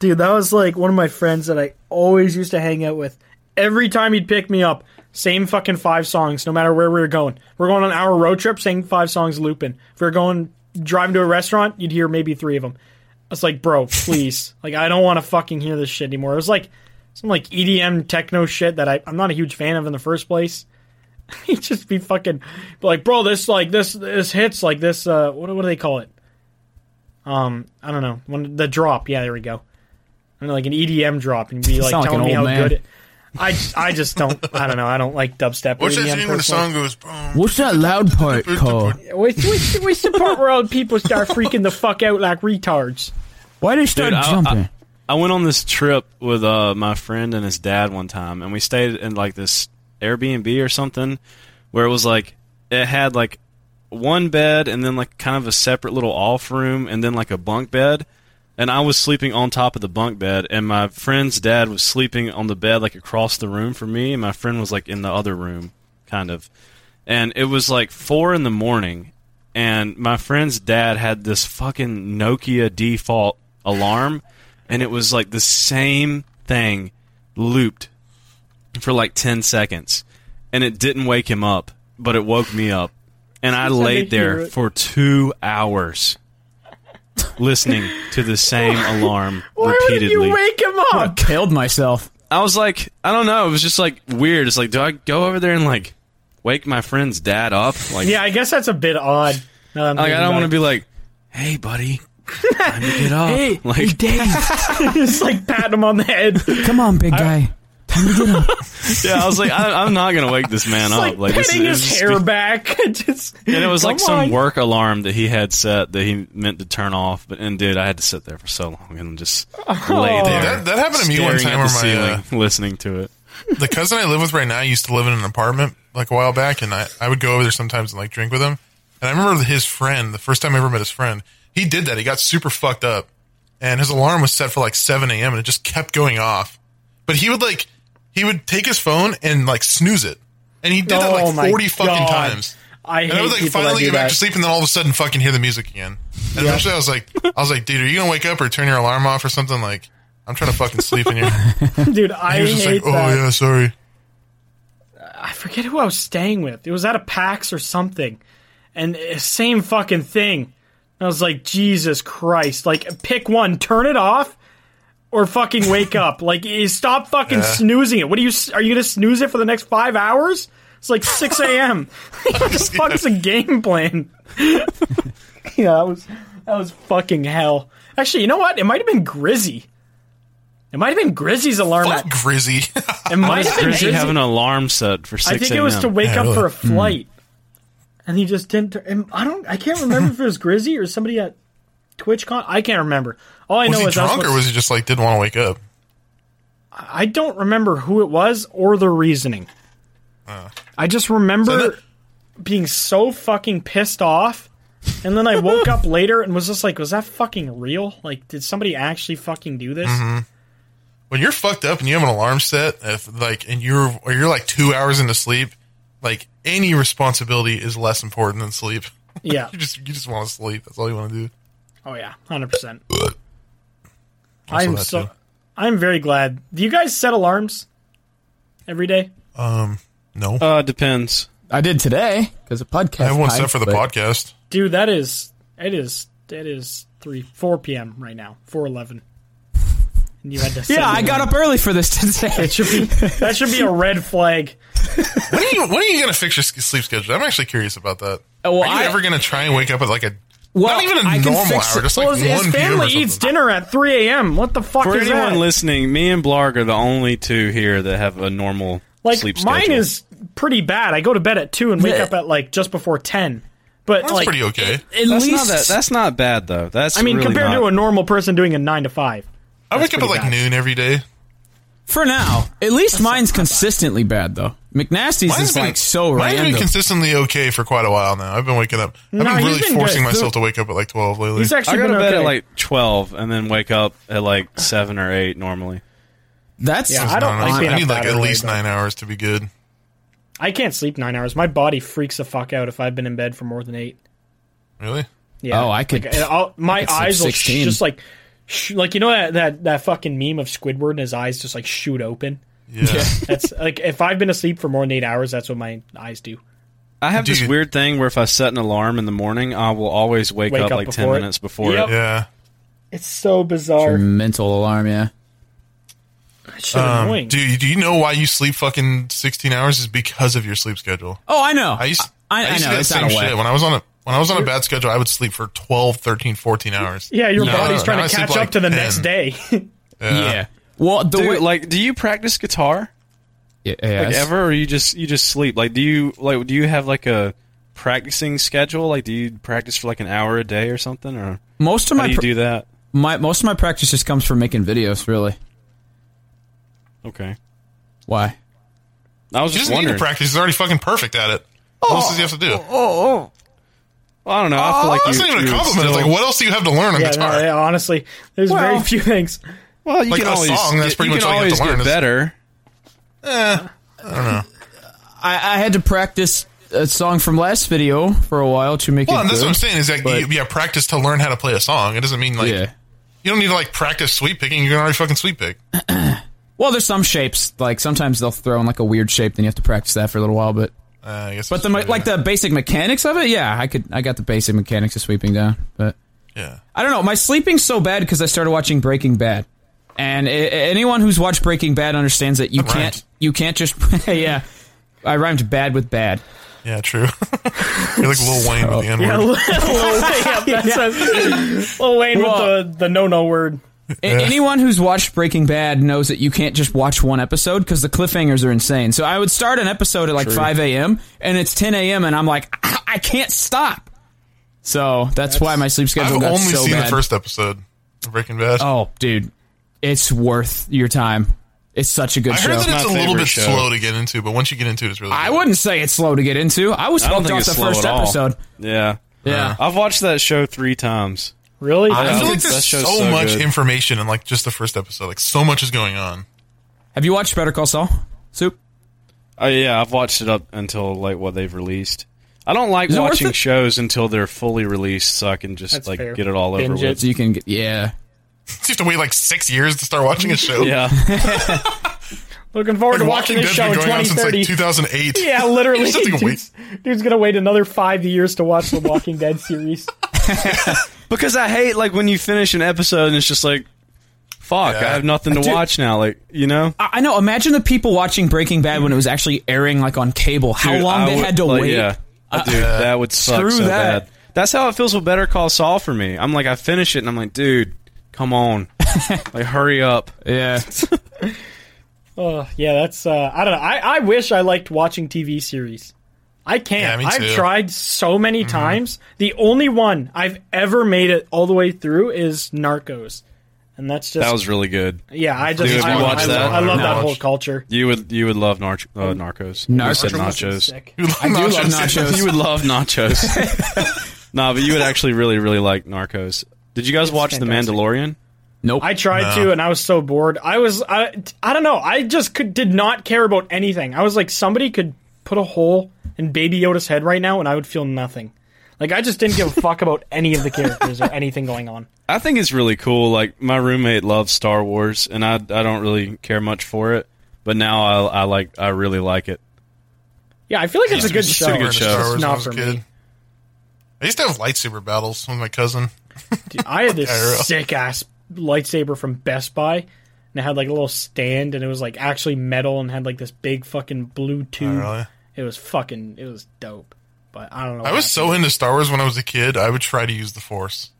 Speaker 5: Dude, that was like one of my friends that I always used to hang out with. Every time he'd pick me up, same fucking five songs, no matter where we were going. We're going on our road trip, same five songs looping. If we are going driving to a restaurant, you'd hear maybe three of them. I was like, bro, please. like, I don't want to fucking hear this shit anymore. It was like some like EDM techno shit that I, I'm not a huge fan of in the first place. He'd just be fucking be like, bro, this like this this hits like this. Uh, what what do they call it? Um, I don't know. When the drop, yeah, there we go. I know, like an EDM drop, and be like
Speaker 4: Sound like
Speaker 5: telling
Speaker 4: an
Speaker 5: me how
Speaker 4: old man.
Speaker 5: good it. I I just don't. I don't know. I don't like dubstep. or
Speaker 1: What's that
Speaker 5: EDM
Speaker 1: thing when the
Speaker 5: personally.
Speaker 1: song goes? boom?
Speaker 4: What's that loud part called?
Speaker 5: What's, what's, what's the part where old people start freaking the fuck out like retards?
Speaker 4: Why did it start
Speaker 2: Dude, I-
Speaker 4: jumping?
Speaker 2: I went on this trip with uh, my friend and his dad one time, and we stayed in like this Airbnb or something, where it was like it had like one bed and then like kind of a separate little off room and then like a bunk bed, and I was sleeping on top of the bunk bed, and my friend's dad was sleeping on the bed like across the room from me, and my friend was like in the other room, kind of, and it was like four in the morning, and my friend's dad had this fucking Nokia default alarm, and it was like the same thing looped for like 10 seconds, and it didn't wake him up, but it woke me up. And I laid there for two hours listening to the same alarm repeatedly.
Speaker 5: You wake him
Speaker 4: I
Speaker 5: up.
Speaker 4: killed myself.
Speaker 2: I was like, I don't know. It was just like weird. It's like, do I go over there and like wake my friend's dad up? Like,
Speaker 5: Yeah, I guess that's a bit odd. now that I'm
Speaker 2: like I
Speaker 5: thinking
Speaker 2: don't
Speaker 5: about
Speaker 2: want to
Speaker 5: it.
Speaker 2: be like, hey, buddy, time to get up. like,
Speaker 5: It's like patting him on the head. It's
Speaker 4: Come on, big guy.
Speaker 2: yeah, I was like, I, I'm not gonna wake this man
Speaker 5: like,
Speaker 2: up. Like, this,
Speaker 5: petting
Speaker 2: this
Speaker 5: his
Speaker 2: is-
Speaker 5: hair back. Just,
Speaker 2: And it was like
Speaker 5: come
Speaker 2: some
Speaker 5: on.
Speaker 2: work alarm that he had set that he meant to turn off, but and dude, I had to sit there for so long and just
Speaker 5: Oh.
Speaker 2: lay there.
Speaker 1: That, that happened to me one
Speaker 2: staring at
Speaker 1: time where
Speaker 2: the
Speaker 1: my uh,
Speaker 2: ceiling, listening to it.
Speaker 1: the cousin I live with right now used to live in an apartment like a while back, and I, I would go over there sometimes and like drink with him. And I remember his friend, the first time I ever met his friend, he did that. He got super fucked up, and his alarm was set for like 7 a.m. and it just kept going off. But he would like, he would take his phone and like snooze it, and he did that
Speaker 5: Oh my
Speaker 1: like 40 fucking
Speaker 5: God.
Speaker 1: times.
Speaker 5: I hate
Speaker 1: And I would like
Speaker 5: people that
Speaker 1: finally
Speaker 5: do
Speaker 1: get back
Speaker 5: that.
Speaker 1: to sleep, and then all of a sudden, fucking hear the music again. And eventually, I was like, I was like, dude, are you gonna wake up or turn your alarm off or something? Like, I'm trying to fucking sleep, and you're.
Speaker 5: Dude, I
Speaker 1: He was just
Speaker 5: hate
Speaker 1: like, oh
Speaker 5: that.
Speaker 1: yeah, sorry.
Speaker 5: I forget who I was staying with. It was at a PAX or something, and uh, same fucking thing. And I was like, Jesus Christ! Like, pick one, turn it off, or fucking wake up. Like, eh, stop fucking snoozing it. What are you? s- Are you gonna snooze it for the next five hours? It's like six a.m. what the fuck's a game plan? yeah, that was that was fucking hell. Actually, you know what? It might have been Grizzy. It might have been Grizzy's alarm.
Speaker 1: Fuck
Speaker 5: at-
Speaker 1: Grizzy.
Speaker 5: It might
Speaker 2: Does
Speaker 5: have been
Speaker 2: Grizzy
Speaker 5: Grizzy.
Speaker 2: have an alarm set for six
Speaker 5: I think it was to
Speaker 2: a.m.?
Speaker 5: wake
Speaker 1: Yeah,
Speaker 5: up
Speaker 1: really.
Speaker 5: for a flight, and he just didn't. tur- and I don't. I can't remember if it was Grizzy or somebody at TwitchCon. I can't remember. All I
Speaker 1: was
Speaker 5: know
Speaker 1: he
Speaker 5: is I,
Speaker 1: drunk or was he just like didn't want to wake up?
Speaker 5: I don't remember who it was or the reasoning. I just remember
Speaker 1: So Uh. that-
Speaker 5: being so fucking pissed off. And then I woke up later and was just like, was that fucking real? Like, did somebody actually fucking do this?
Speaker 1: Mm-hmm. When you're fucked up and you have an alarm set, if like and you're or you're like two hours into sleep, like any responsibility is less important than sleep.
Speaker 5: Yeah.
Speaker 1: You just you just want to sleep. That's all you want to do.
Speaker 5: Oh yeah, hundred percent.
Speaker 1: Also
Speaker 5: I'm
Speaker 1: that
Speaker 5: so.
Speaker 1: too.
Speaker 5: I'm very glad. Do you guys set alarms every day?
Speaker 1: No,
Speaker 2: Uh, depends.
Speaker 4: I did today because a podcast.
Speaker 1: I have one
Speaker 4: time,
Speaker 1: set for the
Speaker 4: but-
Speaker 1: podcast.
Speaker 5: Dude, that is it is it is three four p.m. right now, four eleven. And you had to.
Speaker 4: Yeah, I got up early for this today.
Speaker 5: That should be that should be a red flag.
Speaker 1: when are you when are you gonna fix your s- sleep schedule? I'm actually curious about that.
Speaker 4: Oh, well,
Speaker 1: are you
Speaker 4: I-
Speaker 1: ever gonna try and wake up at like a
Speaker 4: Well,
Speaker 1: not even a
Speaker 4: I can
Speaker 1: normal
Speaker 4: fix
Speaker 1: hour,
Speaker 4: it.
Speaker 1: just like
Speaker 5: Well, his, his
Speaker 1: one
Speaker 5: family eats dinner at 3 a.m. What the fuck
Speaker 2: For
Speaker 5: is
Speaker 2: anyone
Speaker 5: that?
Speaker 2: listening, me and Blarg are the only two here that have a normal
Speaker 5: like
Speaker 2: sleep schedule.
Speaker 5: mine is pretty bad. I go to bed at two and wake
Speaker 4: Yeah.
Speaker 5: up at like just before 10. But
Speaker 1: That's
Speaker 5: like,
Speaker 1: pretty okay.
Speaker 4: At
Speaker 2: That's
Speaker 4: least
Speaker 2: not that, that's not bad though. That's
Speaker 5: I mean,
Speaker 2: really
Speaker 5: compared
Speaker 2: not-
Speaker 5: to a normal person doing a nine to five.
Speaker 1: I wake up at
Speaker 5: pretty
Speaker 1: like
Speaker 5: bad.
Speaker 1: noon every day.
Speaker 4: for now. At least mine's consistently bad though. McNasty's
Speaker 1: Mine's
Speaker 4: is like so
Speaker 1: mine's been
Speaker 4: random.
Speaker 1: consistently okay for quite a while now. I've been waking up. I've
Speaker 5: No,
Speaker 1: been
Speaker 5: he's
Speaker 1: really
Speaker 5: been
Speaker 1: forcing
Speaker 5: good.
Speaker 1: myself to wake up at like twelve lately.
Speaker 5: He's
Speaker 2: I
Speaker 5: actually
Speaker 2: go
Speaker 5: been
Speaker 2: to bed
Speaker 5: okay.
Speaker 2: at like twelve and then wake up at like seven or eight normally.
Speaker 4: That's
Speaker 5: Yeah, I don't
Speaker 1: I,
Speaker 5: like being
Speaker 1: I
Speaker 5: up
Speaker 1: need
Speaker 5: that
Speaker 1: like at
Speaker 5: early,
Speaker 1: least
Speaker 5: but-
Speaker 1: nine hours to be good.
Speaker 5: I can't sleep nine hours. My body freaks the fuck out if I've been in bed for more than eight.
Speaker 1: Really?
Speaker 5: Yeah.
Speaker 4: Oh, I could-
Speaker 5: Like, I'll, my
Speaker 4: could sleep
Speaker 5: eyes will
Speaker 4: 16.
Speaker 5: sh- just like, sh- like you know that, that that fucking meme of Squidward and his eyes just like shoot open.
Speaker 1: Yeah.
Speaker 5: That's like if I've been asleep for more than eight hours, that's what my eyes do.
Speaker 2: I have this
Speaker 1: Dude.
Speaker 2: weird thing where if I set an alarm in the morning, I will always wake,
Speaker 5: Wake
Speaker 2: up,
Speaker 5: up
Speaker 2: like ten
Speaker 5: before it.
Speaker 2: minutes before
Speaker 5: Yep.
Speaker 2: it.
Speaker 1: Yeah.
Speaker 5: It's so
Speaker 4: your
Speaker 5: bizarre.
Speaker 4: mental alarm. Yeah.
Speaker 5: It's so
Speaker 1: Um,
Speaker 5: annoying.
Speaker 1: do you- do you know why you sleep fucking sixteen hours? Is because of your sleep schedule.
Speaker 4: Oh, I know.
Speaker 1: I used,
Speaker 4: I, I know.
Speaker 1: used to do that
Speaker 4: It's not
Speaker 1: same
Speaker 4: a way.
Speaker 1: shit. When I was on a when I was on a bad schedule, I would sleep for 12, 13, 14 hours.
Speaker 5: yeah, your
Speaker 1: No,
Speaker 5: body's
Speaker 1: no,
Speaker 5: trying
Speaker 1: I
Speaker 5: to
Speaker 1: sleep
Speaker 5: catch
Speaker 1: like
Speaker 5: up to the
Speaker 1: 10.
Speaker 5: next day.
Speaker 4: Yeah. Well, the
Speaker 2: Dude,
Speaker 4: way
Speaker 2: like, do you practice guitar
Speaker 4: Yeah,
Speaker 2: like,
Speaker 4: yes.
Speaker 2: ever, or you just you just sleep? Like, do you like do you have like a practicing schedule? Like, do you practice for like an hour a day or something, or
Speaker 4: most of
Speaker 2: how
Speaker 4: my,
Speaker 2: do you
Speaker 4: pr-
Speaker 2: do that?
Speaker 4: my most of my practice just comes from making videos. Really,
Speaker 2: Okay,
Speaker 4: why?
Speaker 2: I was
Speaker 1: You
Speaker 2: just
Speaker 1: just need to
Speaker 2: wondering.
Speaker 1: practice. He's already fucking perfect at it. What else does he have to do?
Speaker 4: Oh,
Speaker 2: Well, I don't know. I feel like
Speaker 1: That's
Speaker 2: you,
Speaker 1: not even a
Speaker 2: you would
Speaker 1: compliment. It's
Speaker 2: still-
Speaker 1: like, what else do you have to learn on
Speaker 5: yeah,
Speaker 1: guitar?
Speaker 5: no, yeah, honestly, there's very
Speaker 2: Well-
Speaker 5: few things.
Speaker 2: Well, you
Speaker 1: Like
Speaker 2: can
Speaker 1: a
Speaker 2: always
Speaker 1: song, that's
Speaker 2: get-
Speaker 1: pretty
Speaker 2: you
Speaker 1: much
Speaker 2: can
Speaker 1: all you
Speaker 2: always
Speaker 1: have to learn
Speaker 2: get
Speaker 1: is-
Speaker 2: better.
Speaker 4: I, I had to practice a song from last video for a while to make
Speaker 1: Well,
Speaker 4: it.
Speaker 1: and that's
Speaker 4: good,
Speaker 1: what I'm saying is that
Speaker 4: but-
Speaker 1: you, yeah, practice to learn how to play a song. It doesn't mean like
Speaker 4: yeah.
Speaker 1: you don't need to like practice sweep picking. You can already fucking sweep pick.
Speaker 4: Well, there's some shapes. Like sometimes they'll throw in like a weird shape, then you have to practice that for a little while. But
Speaker 1: Uh, I guess.
Speaker 4: but
Speaker 1: that's
Speaker 4: the me-
Speaker 1: true,
Speaker 4: like
Speaker 1: yeah.
Speaker 4: the basic mechanics of it, yeah, I could. I got the basic mechanics of sweeping down. But
Speaker 1: yeah.
Speaker 4: I don't know. My sleeping's so bad because I started watching Breaking Bad, and i- anyone who's watched Breaking Bad understands that you
Speaker 1: That
Speaker 4: can't.
Speaker 1: rhymed.
Speaker 4: You can't just yeah. I rhymed bad with bad.
Speaker 1: Yeah, true. You're like Lil Wayne with the N
Speaker 5: Yeah,
Speaker 1: word.
Speaker 5: Lil Wayne, yeah, that says- Lil Wayne
Speaker 4: Well-
Speaker 5: with the, the no no word.
Speaker 4: A- Anyone who's watched Breaking Bad knows that you can't just watch one episode because the cliffhangers are insane. So I would start an episode at like 5 a.m. and it's 10 a.m. and I'm like, "Ah, I can't stop. So that's, why my sleep schedule
Speaker 1: I've
Speaker 4: got
Speaker 1: only
Speaker 4: so
Speaker 1: seen
Speaker 4: bad.
Speaker 1: the first episode of Breaking Bad.
Speaker 4: oh, dude, it's worth your time. It's such a good
Speaker 1: I
Speaker 4: show.
Speaker 1: heard that it's a
Speaker 2: my
Speaker 1: little
Speaker 2: favorite
Speaker 1: bit
Speaker 2: show.
Speaker 1: slow to get into, but once you get into it, it's really.
Speaker 4: I
Speaker 1: good.
Speaker 4: wouldn't say it's slow to get into. I was
Speaker 2: I don't
Speaker 4: hooked
Speaker 2: think
Speaker 4: off
Speaker 2: it's
Speaker 4: the
Speaker 2: slow
Speaker 4: first
Speaker 2: at all. Uh-huh.
Speaker 4: episode.
Speaker 2: Yeah,
Speaker 4: Yeah.
Speaker 2: I've watched that show three times.
Speaker 5: Really?
Speaker 1: I feel
Speaker 2: Yeah.
Speaker 1: like
Speaker 2: That
Speaker 1: there's so,
Speaker 2: show's so
Speaker 1: much
Speaker 2: good.
Speaker 1: information in like just the first episode. Like so much is going on.
Speaker 4: Have you watched Better Call Saul? Soup.
Speaker 2: Oh yeah, I've watched it up until like what they've released. I don't like
Speaker 4: Is it worth
Speaker 2: watching
Speaker 4: it?
Speaker 2: shows until they're fully released, so I can just
Speaker 5: That's
Speaker 2: like
Speaker 5: fair.
Speaker 2: get it all over
Speaker 5: Binge
Speaker 2: with.
Speaker 4: So you can get yeah.
Speaker 1: You have to wait like six years to start watching a show.
Speaker 2: Yeah,
Speaker 5: Looking forward
Speaker 1: Like,
Speaker 5: to watching
Speaker 1: Walking Dead's
Speaker 5: this show
Speaker 1: been
Speaker 5: in
Speaker 1: going on since
Speaker 5: 2030.
Speaker 1: like 2008.
Speaker 5: yeah, literally.
Speaker 1: It's just like a
Speaker 5: Dude's, dude's gonna wait another five years to watch the Walking Dead series.
Speaker 2: because I hate like when you finish an episode and it's just like, fuck,
Speaker 1: Yeah.
Speaker 2: I have nothing to
Speaker 4: Dude.
Speaker 2: watch now. Like you know,
Speaker 4: I I know. Imagine the people watching Breaking Bad when it was actually airing, like on cable. How
Speaker 2: Dude,
Speaker 4: long
Speaker 2: I
Speaker 4: they
Speaker 2: would-
Speaker 4: had to
Speaker 2: like,
Speaker 4: wait. Uh,
Speaker 2: Yeah, dude, that would suck
Speaker 4: Screw
Speaker 2: so
Speaker 4: that.
Speaker 2: bad. That's how it feels with Better Call Saul for me. I'm like, I finish it and I'm like, dude, come on, like hurry up.
Speaker 4: Yeah.
Speaker 5: Oh, yeah, that's. Uh, I don't know. I, I wish I liked watching TV series. I
Speaker 1: Yeah,
Speaker 5: can't.
Speaker 1: me
Speaker 5: I've
Speaker 1: too. Mm-hmm.
Speaker 5: tried so many times. The only one I've ever made it all the way through is Narcos, and that's just
Speaker 2: That was really good.
Speaker 5: yeah. I just
Speaker 2: Dude,
Speaker 5: I,
Speaker 2: you watch
Speaker 5: I-
Speaker 2: that?
Speaker 5: I love that
Speaker 1: No.
Speaker 5: whole culture.
Speaker 2: You would you would love nar- uh, Narcos.
Speaker 4: Narcos.
Speaker 2: You said
Speaker 5: It's
Speaker 2: nachos.
Speaker 5: sick.
Speaker 1: You love
Speaker 4: I do love nachos.
Speaker 2: you would love nachos. nah, but you would actually really, really like Narcos. Did you guys watch
Speaker 5: fantastic.
Speaker 2: The Mandalorian?
Speaker 4: Nope.
Speaker 5: I tried to, and I was so bored. I was, I, I don't know. I just could did not care about anything. I was like, somebody could put a hole in Baby Yoda's head right now, and I would feel nothing. Like I just didn't give a fuck about any of the characters or anything going on.
Speaker 2: I think it's really cool. Like my roommate loves Star Wars, and I I don't really care much for it, but now I I like I really like it.
Speaker 5: Yeah, I feel like it's a good
Speaker 1: It's
Speaker 5: show.
Speaker 1: super into Star
Speaker 5: It's
Speaker 1: Wars when I
Speaker 5: not
Speaker 1: was
Speaker 5: for
Speaker 1: a kid.
Speaker 5: me.
Speaker 1: I used to have lightsaber battles with my cousin.
Speaker 5: Dude, I had this
Speaker 1: Yeah, I know.
Speaker 5: sick ass lightsaber from Best Buy, and it had like a little stand and it was like actually metal and had like this big fucking blue tube.
Speaker 1: Oh, really?
Speaker 5: It was fucking it was dope. But I don't know.
Speaker 1: I
Speaker 5: what
Speaker 1: was so into Star Wars when I was a kid. I would try to use the Force.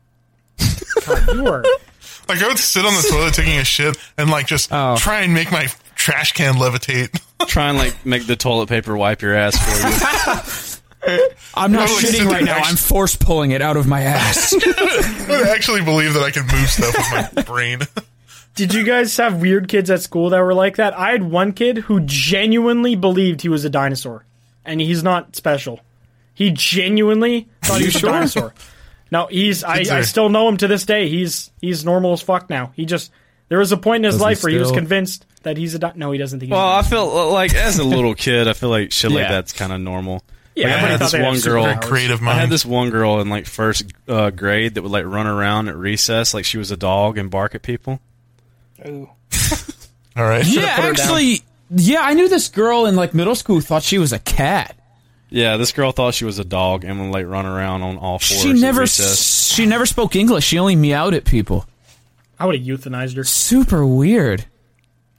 Speaker 5: happened. you were
Speaker 1: Like I would sit on the toilet taking a shit and like just
Speaker 2: Oh.
Speaker 1: try and make my trash can levitate.
Speaker 2: Try and like make the toilet paper wipe your ass for you.
Speaker 4: I'm not
Speaker 1: No, it's
Speaker 4: shitting
Speaker 1: just
Speaker 4: right
Speaker 1: an
Speaker 4: now.
Speaker 1: action-
Speaker 4: I'm force pulling it out of my ass.
Speaker 1: I actually believe that I can move stuff with my brain.
Speaker 5: Did you guys have weird kids at school that were like that? I had one kid who genuinely believed he was a dinosaur, and he's not special. He genuinely thought he was a dinosaur. No, he's. I, I
Speaker 1: are-
Speaker 5: still know him to this day. He's he's normal as fuck now. He just there was a point in his
Speaker 4: Does he
Speaker 5: life where he was
Speaker 4: still-
Speaker 5: convinced that he's a. Di- no, he doesn't think. He's
Speaker 2: Well,
Speaker 5: a
Speaker 2: I
Speaker 5: dinosaur.
Speaker 2: feel like as a little kid, I feel like shit like
Speaker 5: Yeah.
Speaker 2: that's kind of normal.
Speaker 5: Yeah,
Speaker 2: like, I
Speaker 5: everybody
Speaker 2: had
Speaker 5: thought
Speaker 2: this
Speaker 5: they had
Speaker 2: one girl.
Speaker 1: Very creative
Speaker 2: I
Speaker 1: mind.
Speaker 2: had this one girl in like first uh, grade that would like run around at recess like she was a dog and bark at people.
Speaker 1: All right.
Speaker 4: yeah, actually, yeah, I knew this girl in like middle school who thought she was a cat.
Speaker 2: Yeah, this girl thought she was a dog and would like run around on all fours.
Speaker 4: She
Speaker 2: at
Speaker 4: never,
Speaker 2: recess.
Speaker 4: s- she never spoke English. She only meowed at people.
Speaker 5: I would have euthanized her.
Speaker 4: Super weird.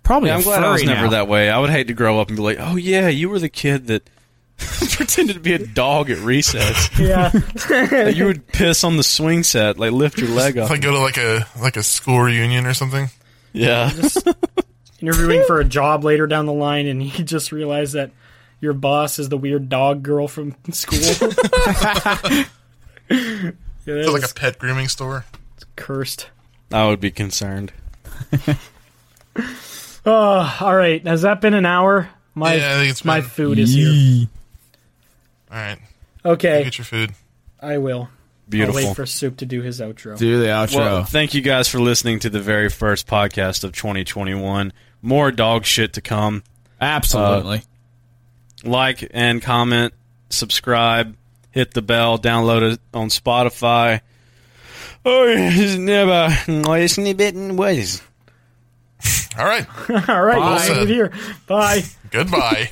Speaker 4: Probably.
Speaker 2: Yeah,
Speaker 4: a
Speaker 2: I'm glad I was
Speaker 4: furry
Speaker 2: never
Speaker 4: now.
Speaker 2: that way. I would hate to grow up and be like, "Oh yeah, you were the kid that pretended to be a dog at recess.
Speaker 5: Yeah,
Speaker 2: Like, you would piss on the swing set, like lift your leg up."
Speaker 1: If I go to like a like a school reunion or something.
Speaker 2: yeah,
Speaker 5: interviewing for a job later down the line, and he just realized that your boss is the weird dog girl from school. yeah, that
Speaker 1: It's like
Speaker 5: was
Speaker 1: a pet grooming store.
Speaker 5: cursed.
Speaker 2: I would be concerned.
Speaker 5: Ah, All right, has that been an hour? My
Speaker 1: Yeah, I think it's
Speaker 5: my
Speaker 1: been-
Speaker 5: food is here.
Speaker 1: All right.
Speaker 5: Okay,
Speaker 1: Get your food.
Speaker 5: I will.
Speaker 2: Beautiful.
Speaker 5: I'll wait for Soup to do his outro.
Speaker 4: Do the outro.
Speaker 2: Well, thank you guys for listening to the very first podcast of 2021. More dog shit to come. Uh,
Speaker 4: Absolutely.
Speaker 2: Like and comment, subscribe, hit the bell, download it on Spotify. Oh, it's never listening bitten ways.
Speaker 1: All right.
Speaker 5: All right, we'll
Speaker 4: Bye.
Speaker 5: see you here. Bye.
Speaker 1: Goodbye.